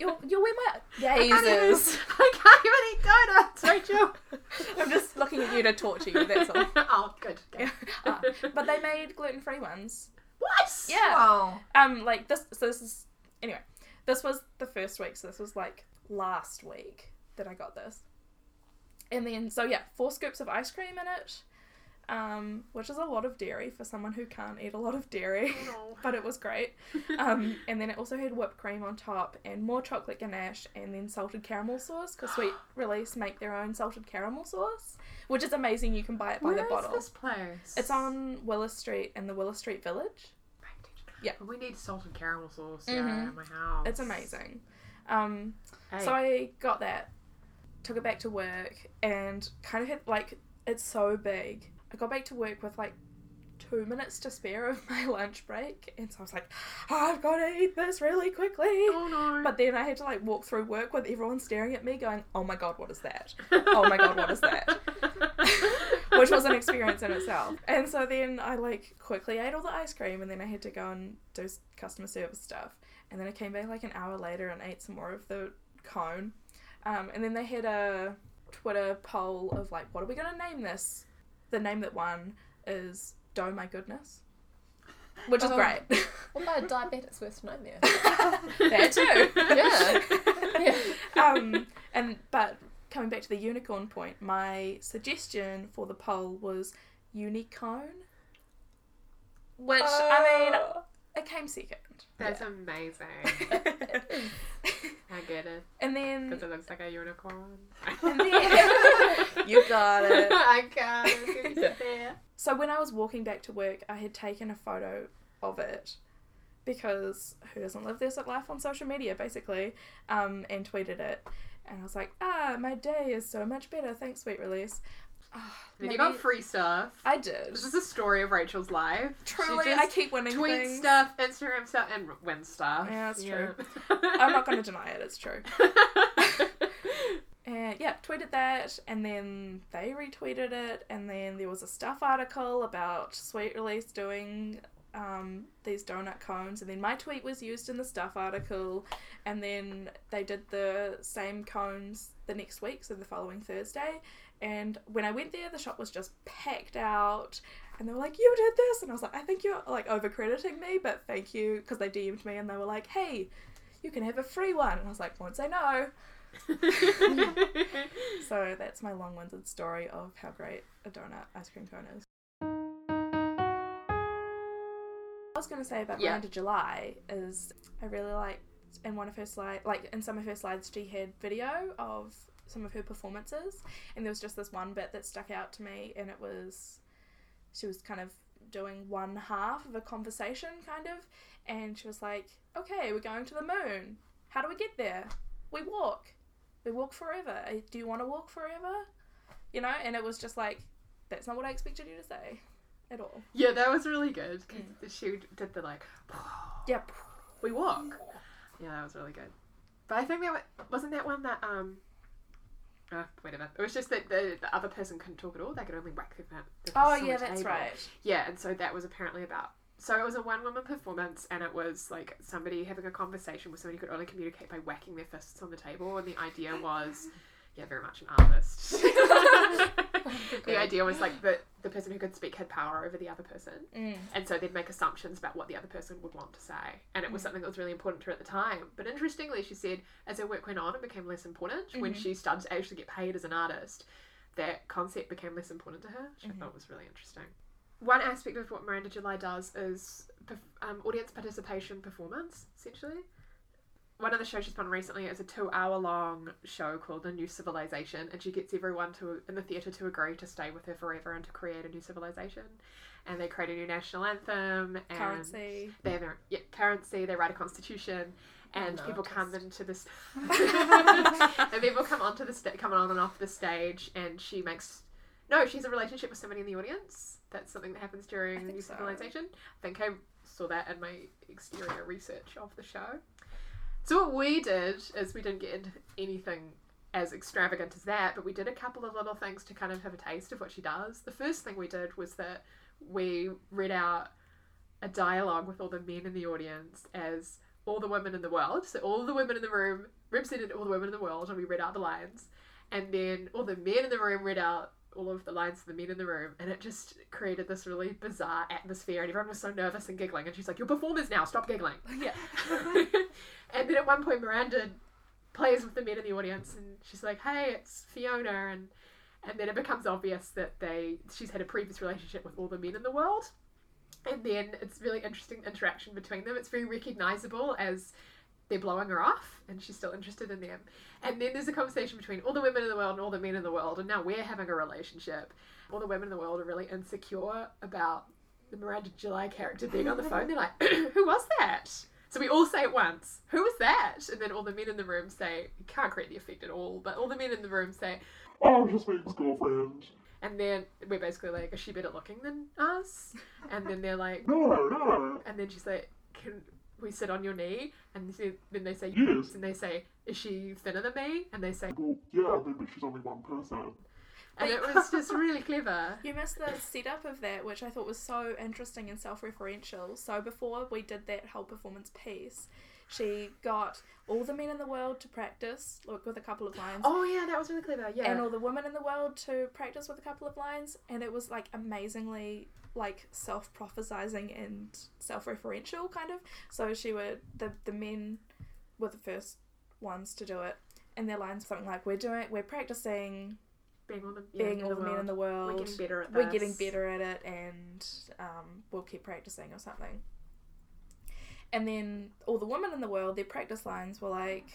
[SPEAKER 3] you're, you're where my
[SPEAKER 4] I can't even-
[SPEAKER 3] gazes.
[SPEAKER 4] [laughs] I can't even eat donuts, Rachel.
[SPEAKER 3] I'm just looking at you to torture you, that's
[SPEAKER 4] [laughs]
[SPEAKER 3] all. [laughs]
[SPEAKER 4] oh, good. okay.
[SPEAKER 3] Yeah. Ah, but they made gluten free ones.
[SPEAKER 4] What?
[SPEAKER 3] Yeah.
[SPEAKER 2] Oh,
[SPEAKER 3] Um, like this. So this is anyway. This was the first week. So this was like last week that I got this. And then so yeah, four scoops of ice cream in it, um, which is a lot of dairy for someone who can't eat a lot of dairy.
[SPEAKER 4] Oh,
[SPEAKER 3] [laughs]
[SPEAKER 4] No.
[SPEAKER 3] but it was great. Um, and then it also had whipped cream on top and more chocolate ganache and then salted caramel sauce because
[SPEAKER 4] [gasps]
[SPEAKER 3] Sweet Release make their own salted caramel sauce, which is amazing. You can buy it by
[SPEAKER 4] Where
[SPEAKER 3] the
[SPEAKER 4] is
[SPEAKER 3] bottle.
[SPEAKER 4] this place?
[SPEAKER 3] It's on Willis Street in the Willis Street Village. Yeah.
[SPEAKER 4] We need salted caramel sauce yeah,
[SPEAKER 3] Mhm.
[SPEAKER 4] at my house.
[SPEAKER 3] It's amazing. Um,
[SPEAKER 4] Hey.
[SPEAKER 3] So I got that, took it back to work, and kind of had like it's so big. I got back to work with like two minutes to spare of [laughs] my lunch break, and so I was like, I've got to eat this really quickly.
[SPEAKER 4] oh no.
[SPEAKER 3] But then I had to like walk through work with everyone staring at me, going, "Oh my god, what is that?" oh my God, what is that?
[SPEAKER 4] [laughs]
[SPEAKER 3] [laughs] Which was an experience in itself. And so then I like quickly ate all the ice cream, and then I had to go and do s- customer service stuff. And then I came back like an hour later and ate some more of the cone. Um, and then they had a Twitter poll of like, "What are we gonna name this?" The name that won is "Do My Goodness," which is
[SPEAKER 1] Oh.
[SPEAKER 3] great. [laughs]
[SPEAKER 1] What about a diabetic's worst nightmare?
[SPEAKER 3] there too.
[SPEAKER 1] [laughs] Yeah. yeah.
[SPEAKER 3] um, and but coming back to the unicorn point, my suggestion for the poll was unicorn, which I mean, it came
[SPEAKER 4] That's amazing.
[SPEAKER 3] second.
[SPEAKER 4] I get it.
[SPEAKER 3] and
[SPEAKER 4] Because
[SPEAKER 3] then
[SPEAKER 4] it looks like a unicorn.
[SPEAKER 3] [laughs] then- you got it.
[SPEAKER 4] [laughs] I got it.
[SPEAKER 1] Yeah.
[SPEAKER 4] Yeah.
[SPEAKER 3] So when I was walking back to work, I had taken a photo of it because who doesn't live their life on social media, basically, um, and tweeted it. And I was like, ah, my day is so much better. Thanks, sweet release. Ah,
[SPEAKER 4] Then you
[SPEAKER 3] maybe-
[SPEAKER 4] got free stuff.
[SPEAKER 3] I did.
[SPEAKER 4] This is a story of Rachel's life. She
[SPEAKER 3] Truly,
[SPEAKER 4] just
[SPEAKER 3] I keep winning
[SPEAKER 4] tweet
[SPEAKER 3] things.
[SPEAKER 4] stuff, Instagram stuff, and win stuff.
[SPEAKER 3] Yeah, that's
[SPEAKER 4] [laughs] true.
[SPEAKER 3] I'm not going to deny it. It's true. And yeah, tweeted that, and then they retweeted it, and then there was a stuff article about Sweet Release doing um, these donut cones, and then my tweet was used in the stuff article, and then they did the same cones the next week, so the following Thursday. And when I went there, the shop was just packed out, and they were like, "You did this," and I was like, "I think you're like overcrediting me, but thank you," because they DM'd me and they were like, "Hey, you can have a free one," and I was like, "Won't say no." So that's my long-winded story of how great a donut ice cream cone is. I was going to say about
[SPEAKER 4] Yeah.
[SPEAKER 3] Miranda July is I really liked in one of her slides, like in some of her slides, she had video of some of her performances, and there was just this one bit that stuck out to me, and it was she was kind of doing one half of a conversation, kind of, and she was like, "Okay, we're going to the moon. How do we get there? We walk. We walk forever. Uh, Do you want to walk forever? You know?" And it was just like, "That's not what I expected you to say, at all."
[SPEAKER 4] yeah, that was really good. 'cause She did the like,
[SPEAKER 3] Yep.
[SPEAKER 4] we walk. Yeah, that was really good. But I think that wa- wasn't that one that um. Uh, whatever. It was just that the, the other person couldn't talk at all. They could only whack their, their
[SPEAKER 3] Oh
[SPEAKER 4] so
[SPEAKER 3] yeah,
[SPEAKER 4] much
[SPEAKER 3] that's
[SPEAKER 4] able.
[SPEAKER 3] right.
[SPEAKER 4] Yeah, and so that was apparently about So it was a one woman performance, and it was like somebody having a conversation with somebody who could only communicate by whacking their fists on the table. And the idea was, yeah, very much an artist. the idea was like that the person who could speak had power over the other person.
[SPEAKER 3] Mm.
[SPEAKER 4] And so they'd make assumptions about what the other person would want to say. And it was something that was really important to her at the time. But interestingly, she said as her work went on, it became less important. When she started to actually get paid as an artist, that concept became less important to her, which I thought was really interesting. One aspect of what Miranda July does is perf- um, audience participation performance, essentially. One of the shows she's done recently is a two hour long show called A New Civilization, and she gets everyone to in the theatre to agree to stay with her forever and to create a new civilization. And they create a new national anthem and
[SPEAKER 3] Currency.
[SPEAKER 4] they have their yeah, currency, they write a constitution, and
[SPEAKER 1] An
[SPEAKER 4] people come
[SPEAKER 1] artist.
[SPEAKER 3] [laughs]
[SPEAKER 4] into this [laughs] and people come onto the sta- come on and off the stage, and she makes no, she's a relationship with somebody in the audience. That's something that happens during
[SPEAKER 3] think
[SPEAKER 4] new
[SPEAKER 3] so.
[SPEAKER 4] civilization. I think I saw that in my exterior research of the show. So what we did is we didn't get into anything as extravagant as that, but we did a couple of little things to kind of have a taste of what she does. The first thing we did was that we read out a dialogue with all the men in the audience as all the women in the world. So all the women in the room represented all the women in the world, and we read out the lines. And then all the men in the room read out all of the lines of the men in the room, and it just created this really bizarre atmosphere. And everyone was so nervous and giggling. And she's like, "You're performers now. Stop giggling."
[SPEAKER 3] Yeah.
[SPEAKER 4] [laughs] and then at one point, Miranda plays with the men in the audience, and she's like, "Hey, it's Fiona," and and then it becomes obvious that they she's had a previous relationship with all the men in the world and then it's really interesting interaction between them. It's very recognizable as they're blowing her off and she's still interested in them. And then there's a conversation between all the women in the world and all the men in the world, and now we're having a relationship. All the women in the world are really insecure about the Miranda July character being on the phone. They're like, [clears throat] who was that? So we all say it once, who was that? And then all the men in the room say, you can't create the effect at all, but all the men in the room say,
[SPEAKER 5] Oh, just my ex-girlfriend.
[SPEAKER 4] and then we're basically like, is she better looking than us? And then they're like,
[SPEAKER 5] No, no.
[SPEAKER 4] and then she's like, "Can we sit on your knee?" And she, then they say
[SPEAKER 3] Hmm.
[SPEAKER 5] Yes.
[SPEAKER 4] and they say, "Is she thinner than me?" And they say,
[SPEAKER 5] Well, yeah, maybe she's only one person.
[SPEAKER 4] and it
[SPEAKER 3] [laughs]
[SPEAKER 4] was just really clever.
[SPEAKER 3] You missed the setup of that, which I thought was so interesting and self referential. So, before we did that whole performance piece, she got all the men in the world to practice, like with a couple of lines,
[SPEAKER 4] Oh yeah, that was really clever. Yeah,
[SPEAKER 3] and all the women in the world to practice with a couple of lines. And it was like amazingly like self prophesizing and self referential, kind of. So, she would, the, the men were the first ones to do it. And their lines were something like, We're doing, we're practicing
[SPEAKER 4] being all the yeah,
[SPEAKER 3] being all the men in the world
[SPEAKER 4] We're getting better at this.
[SPEAKER 3] we're getting better at it and um, we'll keep practicing or something. And then all the women in the world, their practice lines were like,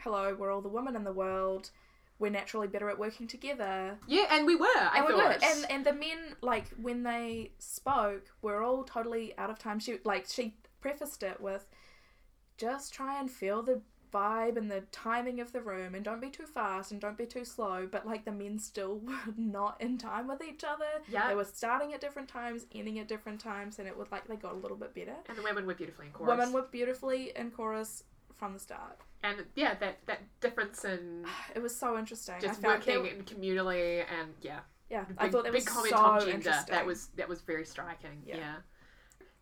[SPEAKER 3] hello, we're all the women in the world. We're naturally better at working together.
[SPEAKER 4] Yeah, and we were. I
[SPEAKER 3] and
[SPEAKER 4] thought.
[SPEAKER 3] we were. Oh, And, and the men, like, when they spoke, we're all totally out of time. She, like, she prefaced it with, just try and feel the vibe and the timing of the room and don't be too fast and don't be too slow. But, like, the men still [laughs] were not in time with each other.
[SPEAKER 4] yeah,
[SPEAKER 3] They were starting at different times, ending at different times, and it would like they got a little bit better.
[SPEAKER 4] and the women were beautifully in chorus.
[SPEAKER 3] Women were beautifully in chorus from the start.
[SPEAKER 4] and yeah, that that difference in
[SPEAKER 3] It was so interesting.
[SPEAKER 4] just
[SPEAKER 3] [sighs] I found
[SPEAKER 4] working
[SPEAKER 3] That,
[SPEAKER 4] and communally and yeah.
[SPEAKER 3] yeah,
[SPEAKER 4] Big,
[SPEAKER 3] I thought that
[SPEAKER 4] big
[SPEAKER 3] was
[SPEAKER 4] comment
[SPEAKER 3] so
[SPEAKER 4] on gender.
[SPEAKER 3] interesting.
[SPEAKER 4] That was that was very striking. Yeah.
[SPEAKER 3] Yeah.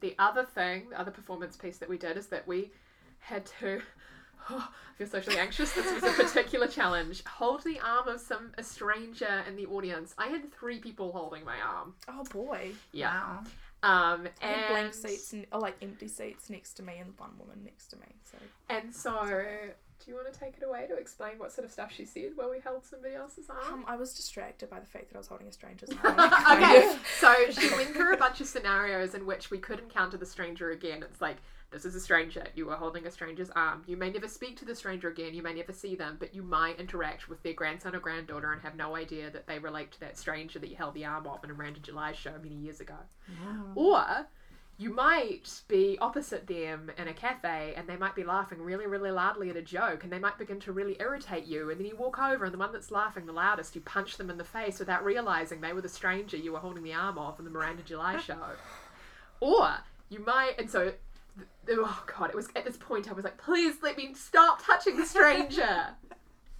[SPEAKER 4] The other thing, the other performance piece that we did is that we had to. [laughs] oh, I feel socially anxious. This
[SPEAKER 3] [laughs]
[SPEAKER 4] was a particular challenge. Hold the arm of some a stranger in the audience. I had three people holding my arm.
[SPEAKER 3] oh boy.
[SPEAKER 4] Yeah.
[SPEAKER 2] Wow.
[SPEAKER 4] Um,
[SPEAKER 3] I had
[SPEAKER 4] and
[SPEAKER 3] blank seats and or like empty seats next to me and one woman next to me. So
[SPEAKER 4] And so, do you want to take it away to explain what sort of stuff she said while we held somebody else's arm?
[SPEAKER 3] um, I was distracted by the fact that I was holding a
[SPEAKER 4] [laughs]
[SPEAKER 3] stranger's arm. [laughs]
[SPEAKER 4] okay, so she went through a bunch of scenarios in which we could encounter the stranger again. It's like, this is a stranger. You are holding a stranger's arm. You may never speak to the stranger again. You may never see them, but you might interact with their grandson or granddaughter and have no idea that they relate to that stranger that you held the arm of in a Miranda July show many years ago. Or you might be opposite them in a cafe and they might be laughing really, really loudly at a joke and they might begin to really irritate you. And then you walk over and the one that's laughing the loudest, you punch them in the face without realizing they were the stranger you were holding the arm of in the Miranda July show. Or you might, and so. th- Oh god! It was at this point I was like, "Please let me stop touching the stranger."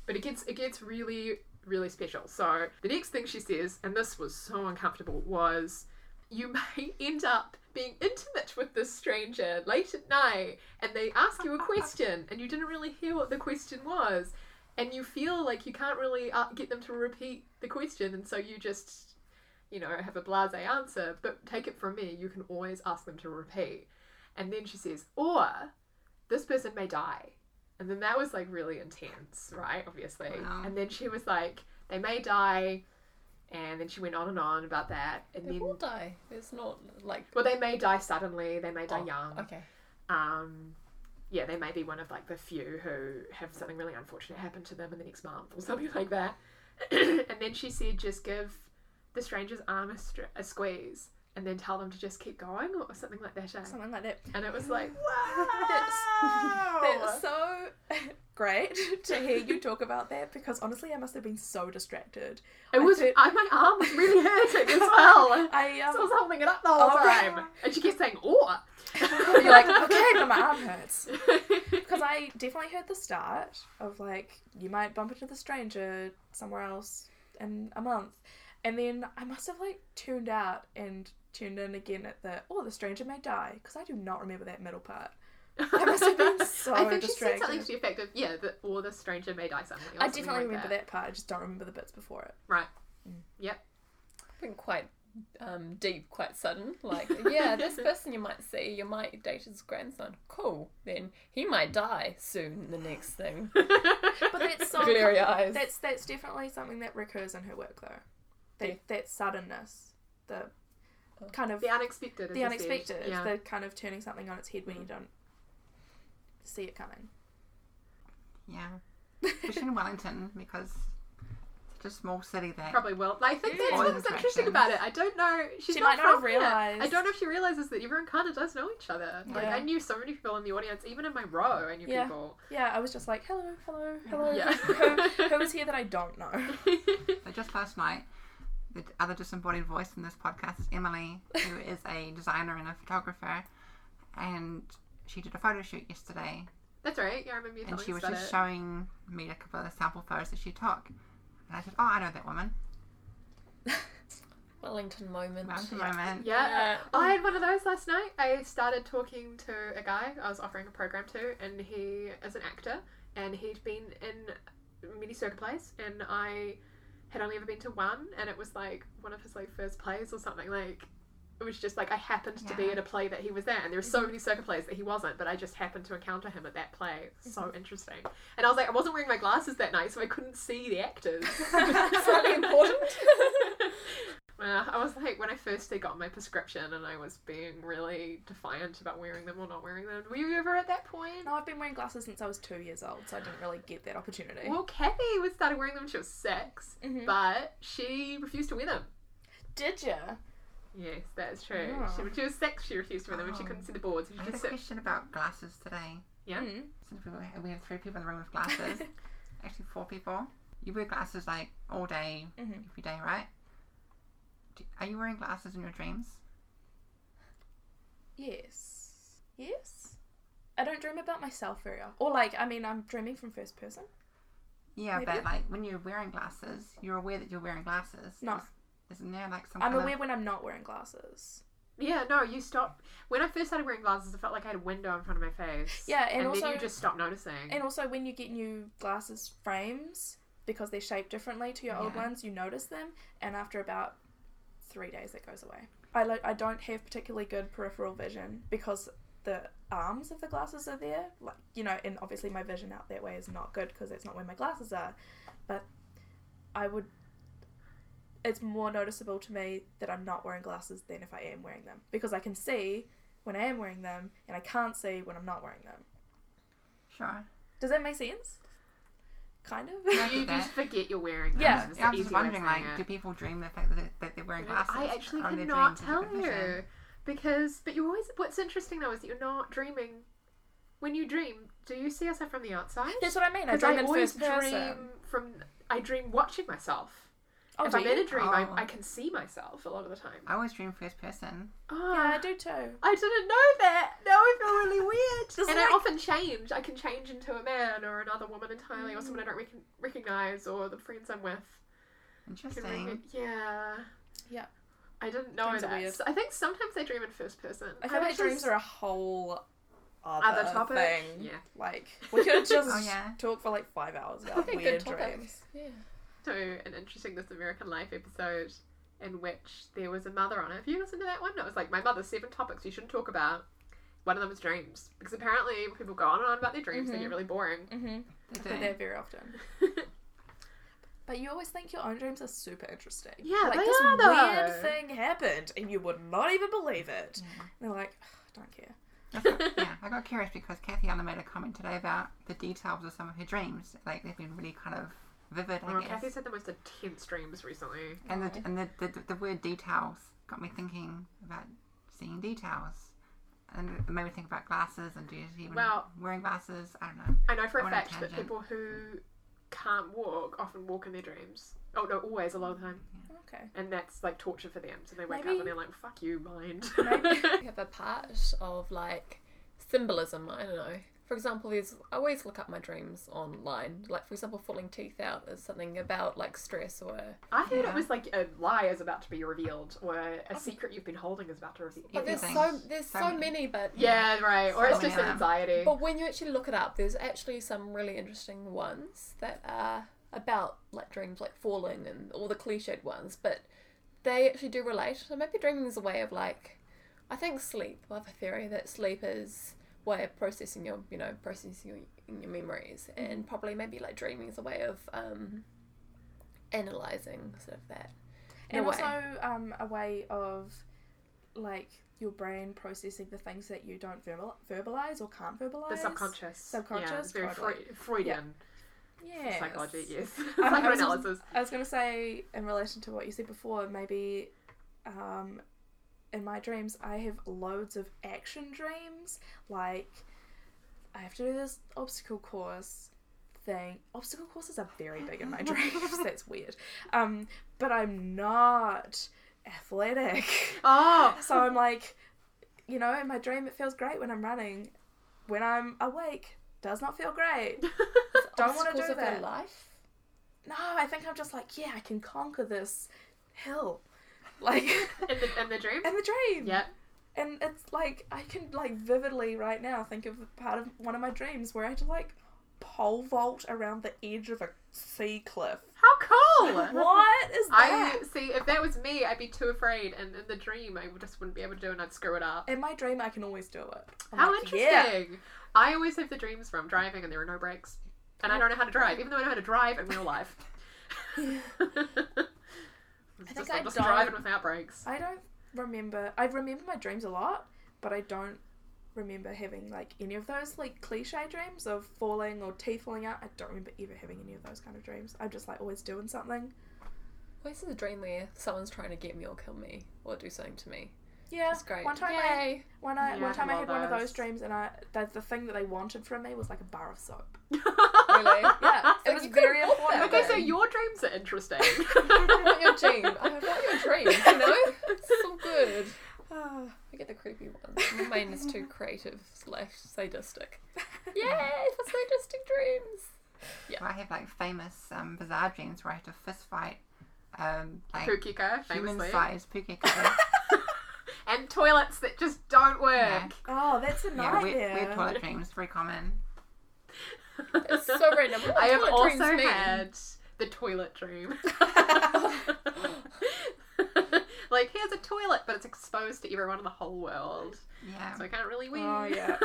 [SPEAKER 4] But it gets it gets really really special. [laughs] So the next thing she says, and this was so uncomfortable, was you may end up being intimate with this stranger late at night and they ask you a question and you didn't really hear what the question was and you feel like you can't really uh, get them to repeat the question and so you just you know have a blase answer but take it from me you can always ask them to repeat and then she says or this person may die and then that was like really intense right obviously
[SPEAKER 2] Wow.
[SPEAKER 4] and then she was like they may die and then she went on and on about that and
[SPEAKER 1] They
[SPEAKER 4] then
[SPEAKER 1] will die. It's not like.
[SPEAKER 4] well, they may die suddenly. They may die
[SPEAKER 1] Oh,
[SPEAKER 4] young.
[SPEAKER 1] Okay.
[SPEAKER 4] Um, yeah, they may be one of like the few who have something really unfortunate happen to them in the next month or [laughs] something like that. [clears throat] and then she said, just give the stranger's arm a, str- a squeeze and then tell them to just keep going or something like that. eh? [laughs]
[SPEAKER 3] Something like that.
[SPEAKER 4] And it
[SPEAKER 3] [laughs]
[SPEAKER 4] was like, Oh.
[SPEAKER 3] That's so [laughs] great [laughs] to hear you talk about that because honestly, I must have been so distracted.
[SPEAKER 4] it
[SPEAKER 3] I
[SPEAKER 4] was.
[SPEAKER 3] did-
[SPEAKER 4] I, my arm was
[SPEAKER 3] [laughs]
[SPEAKER 4] really hurting [laughs] as well.
[SPEAKER 3] I um,
[SPEAKER 4] So
[SPEAKER 3] [laughs]
[SPEAKER 4] I was holding it up the whole
[SPEAKER 3] Oh, right.
[SPEAKER 4] time, and she kept saying, "Or."
[SPEAKER 3] [laughs] You're
[SPEAKER 4] [laughs]
[SPEAKER 3] like, okay, but my arm hurts. Because I definitely heard the start of like, you might bump into the stranger somewhere else in a month. And then I must have like tuned out and tuned in again at the, oh, the stranger may die. Because I do not remember that middle part. I [laughs] must have
[SPEAKER 4] [laughs]
[SPEAKER 3] been so
[SPEAKER 4] I think she said something
[SPEAKER 3] distracted.
[SPEAKER 4] to the effect of, yeah, the, or the stranger may die suddenly. or
[SPEAKER 3] I
[SPEAKER 4] something
[SPEAKER 3] definitely
[SPEAKER 4] like
[SPEAKER 3] remember Mm. that. part. I just don't remember the bits before
[SPEAKER 4] [laughs]
[SPEAKER 3] it.
[SPEAKER 4] Right.
[SPEAKER 1] Been quite um, deep, quite sudden. Like, yeah, this person you might see, you might date his grandson. Cool. Then he might die soon. The next thing.
[SPEAKER 3] But that's so.
[SPEAKER 1] Glary eyes.
[SPEAKER 3] That's that's definitely something that recurs in her work though. That
[SPEAKER 1] Yeah.
[SPEAKER 3] that suddenness, the
[SPEAKER 1] Oh.
[SPEAKER 3] kind of
[SPEAKER 4] the unexpected. as
[SPEAKER 3] the
[SPEAKER 4] you said.
[SPEAKER 3] unexpected. It's
[SPEAKER 4] Yeah. Mm.
[SPEAKER 3] the kind of turning something on its head when you don't see it coming.
[SPEAKER 2] Yeah. Especially in Wellington because it's such a small city that
[SPEAKER 4] Probably will. I think that's
[SPEAKER 3] Yeah.
[SPEAKER 4] what was interesting about it. I don't know. She's
[SPEAKER 3] She
[SPEAKER 4] not
[SPEAKER 3] might not have
[SPEAKER 4] from here. I
[SPEAKER 3] realised.
[SPEAKER 4] don't know if she realizes that everyone kind of does know each other. Like
[SPEAKER 3] Yeah.
[SPEAKER 4] I knew so many people in the audience, even in my row, I knew
[SPEAKER 3] Yeah.
[SPEAKER 4] people. [laughs]
[SPEAKER 3] Yeah, I was just like, hello, hello, hello. [laughs]
[SPEAKER 4] Yeah.
[SPEAKER 3] Who, who
[SPEAKER 4] [laughs]
[SPEAKER 3] is here that I don't know?
[SPEAKER 2] But just last night, the other disembodied voice in this podcast is Emily, who
[SPEAKER 4] [laughs]
[SPEAKER 2] is a designer and a photographer, and she did a photo shoot yesterday,
[SPEAKER 4] that's right. Yeah, I remember you
[SPEAKER 2] and
[SPEAKER 4] telling
[SPEAKER 2] she
[SPEAKER 4] us
[SPEAKER 2] was
[SPEAKER 4] about
[SPEAKER 2] just
[SPEAKER 4] it.
[SPEAKER 2] showing me a couple of the sample photos that she took. And I said, "Oh, I know that woman."
[SPEAKER 1] Wellington moment.
[SPEAKER 2] Moment to
[SPEAKER 1] Yeah.
[SPEAKER 2] moment.
[SPEAKER 4] Yeah.
[SPEAKER 1] Yeah.
[SPEAKER 4] I had one of those last night. I started talking to a guy I was offering a program to, and he is an actor, and he'd been in many circus plays, and I had only ever been to one, and it was like one of his like first plays or something. Like it was just like I happened to be
[SPEAKER 2] Yeah.
[SPEAKER 4] at a play that he was at, and there were so many circus plays that he wasn't, but I just happened to encounter him at that play. So interesting. And I was like, I wasn't wearing my glasses that night, so I couldn't see the actors.
[SPEAKER 1] Slightly important.
[SPEAKER 4] Well, I was like, when I first did got my prescription, and I was being really defiant about wearing them or not wearing them. Were you ever at that point?
[SPEAKER 3] No, I've been wearing glasses since I was two years old, so I didn't really get that opportunity.
[SPEAKER 4] Well, Kathy was started wearing them when she was 6
[SPEAKER 3] Mhm.
[SPEAKER 4] but she refused to wear them.
[SPEAKER 3] Did you?
[SPEAKER 4] Yes, that's true.
[SPEAKER 3] Yeah.
[SPEAKER 4] She, when she was six, she refused to wear them, and she
[SPEAKER 2] Oh.
[SPEAKER 4] couldn't see the boards. and
[SPEAKER 2] I
[SPEAKER 4] She
[SPEAKER 2] had a
[SPEAKER 4] just sit.
[SPEAKER 2] question about glasses today.
[SPEAKER 4] Yeah.
[SPEAKER 3] Mm.
[SPEAKER 2] Since we, were- we have three people in the room with
[SPEAKER 4] [laughs]
[SPEAKER 2] glasses, actually four people. You wear glasses like all day,
[SPEAKER 4] Mm-hmm.
[SPEAKER 3] Mhm.
[SPEAKER 2] every day, right? Do, are you wearing glasses in your dreams?
[SPEAKER 3] Yes. Yes. I don't dream about myself very often. Or like, I mean, I'm dreaming from first person.
[SPEAKER 2] Yeah,
[SPEAKER 3] Maybe.
[SPEAKER 2] but like when you're wearing glasses, you're aware that you're wearing glasses.
[SPEAKER 3] No.
[SPEAKER 2] Is- Isn't there like some
[SPEAKER 3] I'm
[SPEAKER 4] Uh-huh.
[SPEAKER 2] kind
[SPEAKER 3] aware when I'm not wearing glasses.
[SPEAKER 4] Yeah, no, you stop. When I first started wearing glasses, I felt like I had a window in front of my face.
[SPEAKER 3] Yeah, and
[SPEAKER 4] then
[SPEAKER 3] also-
[SPEAKER 4] you just stop noticing.
[SPEAKER 3] And also, when you get new glasses frames, because they're shaped differently to your old
[SPEAKER 2] Yeah.
[SPEAKER 3] ones, you notice them, and after about three days, it goes away. I, lo- I don't have particularly good peripheral vision because the arms of the glasses are there, like you know, and obviously my vision out that way is not good because that's not where my glasses are. But I would, it's more noticeable to me that I'm not wearing glasses than if I am wearing them because I can see when I am wearing them, and I can't see when I'm not wearing them.
[SPEAKER 2] of sure.
[SPEAKER 3] Does that make sense? Kind of.
[SPEAKER 2] Yeah.
[SPEAKER 4] you
[SPEAKER 2] After
[SPEAKER 4] just forget you're wearing them.
[SPEAKER 3] Yeah.
[SPEAKER 4] is the
[SPEAKER 2] Yeah, I was
[SPEAKER 4] easy
[SPEAKER 2] just
[SPEAKER 4] way of
[SPEAKER 2] wondering,
[SPEAKER 4] saying
[SPEAKER 2] like,
[SPEAKER 4] it.
[SPEAKER 2] do people dream the fact that they're, that they're wearing glasses?
[SPEAKER 4] I actually
[SPEAKER 2] on their
[SPEAKER 4] cannot
[SPEAKER 2] dreams
[SPEAKER 4] tell
[SPEAKER 2] of their vision?
[SPEAKER 4] you because, but you always. What's interesting though is that you're not dreaming. When you dream, do you see yourself from the outside?
[SPEAKER 3] That's what I mean. I
[SPEAKER 4] 'Cause
[SPEAKER 3] dream in
[SPEAKER 4] always
[SPEAKER 3] first person.
[SPEAKER 4] dream from. I dream watching myself.
[SPEAKER 3] Oh,
[SPEAKER 4] if
[SPEAKER 3] do
[SPEAKER 4] I'm in a
[SPEAKER 3] you?
[SPEAKER 4] dream, I,
[SPEAKER 2] Oh.
[SPEAKER 4] I can see myself a lot of the time.
[SPEAKER 2] I always dream first person.
[SPEAKER 4] Oh,
[SPEAKER 3] Yeah, I do too.
[SPEAKER 4] I didn't know that. Now I feel really
[SPEAKER 3] [laughs]
[SPEAKER 4] weird.
[SPEAKER 3] Doesn't
[SPEAKER 4] and I
[SPEAKER 3] that-
[SPEAKER 4] often change. I can change into a man or another woman entirely, or someone I don't recon recognize, or the friends I'm with. Can
[SPEAKER 2] Interesting.
[SPEAKER 4] recon- yeah.
[SPEAKER 3] Yeah.
[SPEAKER 4] I didn't know
[SPEAKER 3] Dreams are
[SPEAKER 4] that.
[SPEAKER 3] weird.
[SPEAKER 4] I think sometimes they dream in first person.
[SPEAKER 3] I feel like
[SPEAKER 4] actually
[SPEAKER 3] dreams
[SPEAKER 4] s-
[SPEAKER 3] are a whole other,
[SPEAKER 4] Other topic?
[SPEAKER 3] thing.
[SPEAKER 4] Yeah.
[SPEAKER 3] Like we could just
[SPEAKER 2] Oh, yeah.
[SPEAKER 3] talk for like five hours
[SPEAKER 1] I
[SPEAKER 3] about
[SPEAKER 1] think
[SPEAKER 3] weird
[SPEAKER 1] good
[SPEAKER 3] dreams.
[SPEAKER 1] topics. Yeah.
[SPEAKER 4] to an interesting This American Life episode in which there was a mother on it. Have you listened to that one? It was like my mother, seven topics you shouldn't talk about. One of them was dreams. Because apparently when people go on and on about their dreams, they get
[SPEAKER 3] [laughs]
[SPEAKER 4] really boring.
[SPEAKER 3] Mm-hmm.
[SPEAKER 2] They
[SPEAKER 3] But
[SPEAKER 2] do.
[SPEAKER 3] they're very often. But you always think your own dreams are super interesting.
[SPEAKER 4] Yeah,
[SPEAKER 3] like
[SPEAKER 4] they
[SPEAKER 3] this
[SPEAKER 4] are, though.
[SPEAKER 3] weird thing happened and you would not even believe it. And they're like, "Ugh, don't care.
[SPEAKER 4] [laughs]
[SPEAKER 2] yeah, I got curious because Kathy Allen made a comment today about the details of some of her dreams. Like they've been really kind of vivid, I
[SPEAKER 4] well,
[SPEAKER 2] guess.
[SPEAKER 4] Kathy's had Oh, the most intense dreams recently.
[SPEAKER 2] And the and the, the the word details got me thinking about seeing details, and it made me think about glasses and do you even
[SPEAKER 4] Well-
[SPEAKER 2] wearing glasses? I don't know.
[SPEAKER 4] I know
[SPEAKER 2] I
[SPEAKER 4] for a
[SPEAKER 2] went on a
[SPEAKER 4] fact that
[SPEAKER 2] tangent.
[SPEAKER 4] people who can't walk often walk in their dreams. Oh no, always a lot of the time.
[SPEAKER 3] Okay.
[SPEAKER 4] And that's like torture for them. So they wake up
[SPEAKER 3] Maybe-
[SPEAKER 4] and they're like, fuck you, mind.
[SPEAKER 3] [laughs] Maybe-
[SPEAKER 1] We have a part of like symbolism. I don't know. For example, there's I always look up my dreams online. Like for example, falling teeth out is something about like stress or
[SPEAKER 4] I heard
[SPEAKER 2] Yeah.
[SPEAKER 4] it was like a lie is about to be revealed or a secret you've been holding is about to reveal.
[SPEAKER 1] But there's
[SPEAKER 2] Everything.
[SPEAKER 1] so there's
[SPEAKER 2] So
[SPEAKER 1] so,
[SPEAKER 2] many.
[SPEAKER 1] many. but
[SPEAKER 4] Yeah, right. Or it's
[SPEAKER 2] So
[SPEAKER 4] just
[SPEAKER 2] many.
[SPEAKER 4] anxiety.
[SPEAKER 1] But when you actually look it up, there's actually some really interesting ones that are about like dreams, like falling and all the cliched ones, but they actually do relate. So maybe dreaming is a way of like, I think sleep. I have a theory that sleep is a way of processing your, you know, processing your, your memories,
[SPEAKER 3] Mm-hmm.
[SPEAKER 1] and probably maybe like dreaming is a way of um, analyzing sort of that. in
[SPEAKER 3] and
[SPEAKER 1] a way.
[SPEAKER 3] also um, a way of like your brain processing the things that you don't verbal- verbalize or can't verbalize.
[SPEAKER 4] the subconscious. Yeah, it's
[SPEAKER 3] Subconscious,
[SPEAKER 4] very
[SPEAKER 3] totally.
[SPEAKER 4] Freud- Freudian
[SPEAKER 3] Yeah.
[SPEAKER 4] psychology, yes.
[SPEAKER 3] [laughs] I was-
[SPEAKER 4] Psychoanalysis.
[SPEAKER 3] I was going to say, in relation to what you said before, maybe um, in my dreams, I have loads of action dreams. Like, I have to do this obstacle course thing. Obstacle courses are very big in my dreams. That's weird. Um, but I'm not athletic.
[SPEAKER 4] Oh,
[SPEAKER 3] So I'm like, you know, in my dream, it feels great when I'm running. When I'm awake, does not feel
[SPEAKER 4] [laughs]
[SPEAKER 3] great. Don't want to
[SPEAKER 1] Obstacles
[SPEAKER 3] do
[SPEAKER 1] of your
[SPEAKER 3] that.
[SPEAKER 1] life.
[SPEAKER 3] No, I think I'm just like, yeah, I can conquer this hill. [laughs] Like in
[SPEAKER 4] in the, in the dream?
[SPEAKER 3] the dream.
[SPEAKER 4] Yeah.
[SPEAKER 3] And it's like I can like vividly right now think of part of one of my dreams where I had to like pole vault around the edge of a sea
[SPEAKER 4] [laughs]
[SPEAKER 3] cliff.
[SPEAKER 4] How cool!
[SPEAKER 3] [laughs] What is that?
[SPEAKER 4] I see. If that was me, I'd be too afraid, and in the dream, I just wouldn't be able to do, it and I'd screw it up.
[SPEAKER 3] in my dream I can always do it.
[SPEAKER 1] Oh
[SPEAKER 3] I'm
[SPEAKER 4] How
[SPEAKER 3] like,
[SPEAKER 4] interesting!
[SPEAKER 3] yeah.
[SPEAKER 4] I always have the dreams where I'm driving and there are no brakes, and I don't know how to drive, even though I know how to drive in real life. [laughs] I
[SPEAKER 3] think
[SPEAKER 4] just,
[SPEAKER 3] I
[SPEAKER 4] I'm just
[SPEAKER 3] don't-
[SPEAKER 4] driving without brakes.
[SPEAKER 3] I don't remember. I remember my dreams a lot, but I don't remember having like any of those like cliche dreams of falling or teeth falling out. I don't remember ever having any of those kind of dreams. I'm just like always doing something.
[SPEAKER 1] Where's the dream where someone's trying to get me or kill me or do something
[SPEAKER 3] [laughs]
[SPEAKER 1] to me?
[SPEAKER 3] Yeah,
[SPEAKER 1] That's great.
[SPEAKER 3] One time, I,
[SPEAKER 1] Yay.
[SPEAKER 3] one, I,
[SPEAKER 4] Yeah,
[SPEAKER 3] one time I had
[SPEAKER 4] love
[SPEAKER 3] one of
[SPEAKER 4] those.
[SPEAKER 3] those dreams, and I the, the thing that they wanted from me was like a bar of soap.
[SPEAKER 4] [laughs]
[SPEAKER 1] Really?
[SPEAKER 3] Yeah, it
[SPEAKER 1] Like,
[SPEAKER 3] was
[SPEAKER 1] you could've
[SPEAKER 3] very
[SPEAKER 1] bought that
[SPEAKER 3] important.
[SPEAKER 4] Okay, so your dreams are
[SPEAKER 1] [laughs]
[SPEAKER 4] interesting.
[SPEAKER 1] want
[SPEAKER 4] [laughs]
[SPEAKER 1] your dream. I want your dreams, you know? It's all good.
[SPEAKER 3] Ah.
[SPEAKER 1] I get the creepy ones. Mine is too creative slash [laughs] sadistic. Yay, for sadistic dreams.
[SPEAKER 2] So I have like famous um, bizarre dreams where I have to fist fight um, like
[SPEAKER 4] Kukika, famously.
[SPEAKER 2] human-sized
[SPEAKER 4] [laughs]
[SPEAKER 2] pukeka.
[SPEAKER 4] And toilets that just don't work.
[SPEAKER 3] oh, that's a
[SPEAKER 2] yeah,
[SPEAKER 3] nightmare.
[SPEAKER 2] weird, weird toilet dreams, very common.
[SPEAKER 1] It's so random. What
[SPEAKER 4] [laughs] I have
[SPEAKER 1] toilet
[SPEAKER 4] also
[SPEAKER 1] dreams mean?
[SPEAKER 4] had the toilet dream.
[SPEAKER 1] [laughs]
[SPEAKER 4] [laughs] like, here's a toilet, but it's exposed to everyone in the whole world.
[SPEAKER 2] Yeah,
[SPEAKER 4] So I can't really win.
[SPEAKER 3] Oh,
[SPEAKER 4] [laughs]
[SPEAKER 3] yeah.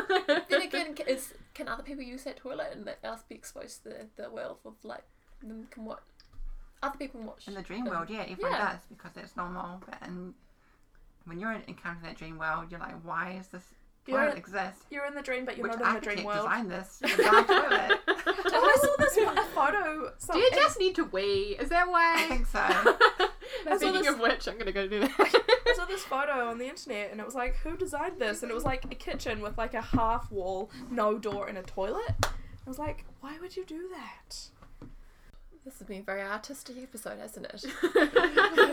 [SPEAKER 1] Then again, c- is, can other people use that toilet and that else be exposed to the, the world of like, them can watch? Other people can watch.
[SPEAKER 2] in the dream world, yeah, everyone
[SPEAKER 1] Yeah.
[SPEAKER 2] does because that's normal. But and when you're encountering that dream world, you're like, why is this?
[SPEAKER 3] You're
[SPEAKER 2] Why does
[SPEAKER 3] in-
[SPEAKER 2] it exist?
[SPEAKER 3] You're in the dream, but you're
[SPEAKER 2] Which
[SPEAKER 3] not in the
[SPEAKER 2] architect
[SPEAKER 3] dream world.
[SPEAKER 2] designed this bizarre toilet?
[SPEAKER 3] Oh, [laughs] I saw this one- a photo.
[SPEAKER 4] Do you just need to wee? Is that
[SPEAKER 2] I
[SPEAKER 4] [laughs] why?
[SPEAKER 2] think
[SPEAKER 3] [laughs]
[SPEAKER 2] so.
[SPEAKER 3] I saw
[SPEAKER 4] Speaking
[SPEAKER 3] this-
[SPEAKER 4] of which, I'm gonna go [laughs] do that.
[SPEAKER 3] I saw this photo on the internet and it was like, who designed this? And it was like a kitchen with like a half wall, no door, and a toilet. I was like, why would you do that?
[SPEAKER 1] This has been a very artistic episode, hasn't it?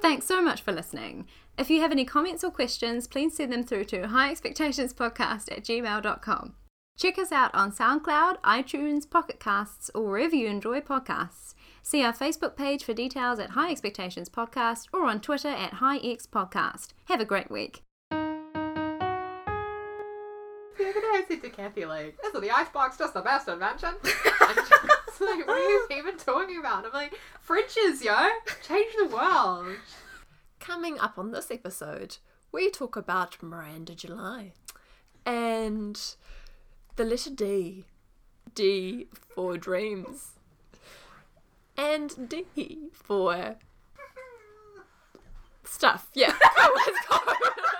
[SPEAKER 6] Thanks so much for listening. If you have any comments or questions, please send them through to high expectations podcast at gmail.com. Check us out on SoundCloud, iTunes, Pocket Casts, or wherever you enjoy podcasts. See our Facebook page for details at High Expectations Podcast or on Twitter at High X Podcast. Have a great week.
[SPEAKER 4] Yeah, but I said to Kathy, like, isn't the icebox just the best invention? [laughs] And she's like, what are you even talking about? I'm like, fridges, yo! Change the world!
[SPEAKER 1] Coming up on this episode, we talk about Miranda July and the letter D. D for dreams. And [laughs] D for stuff. Yeah. Cool, let's go. [laughs]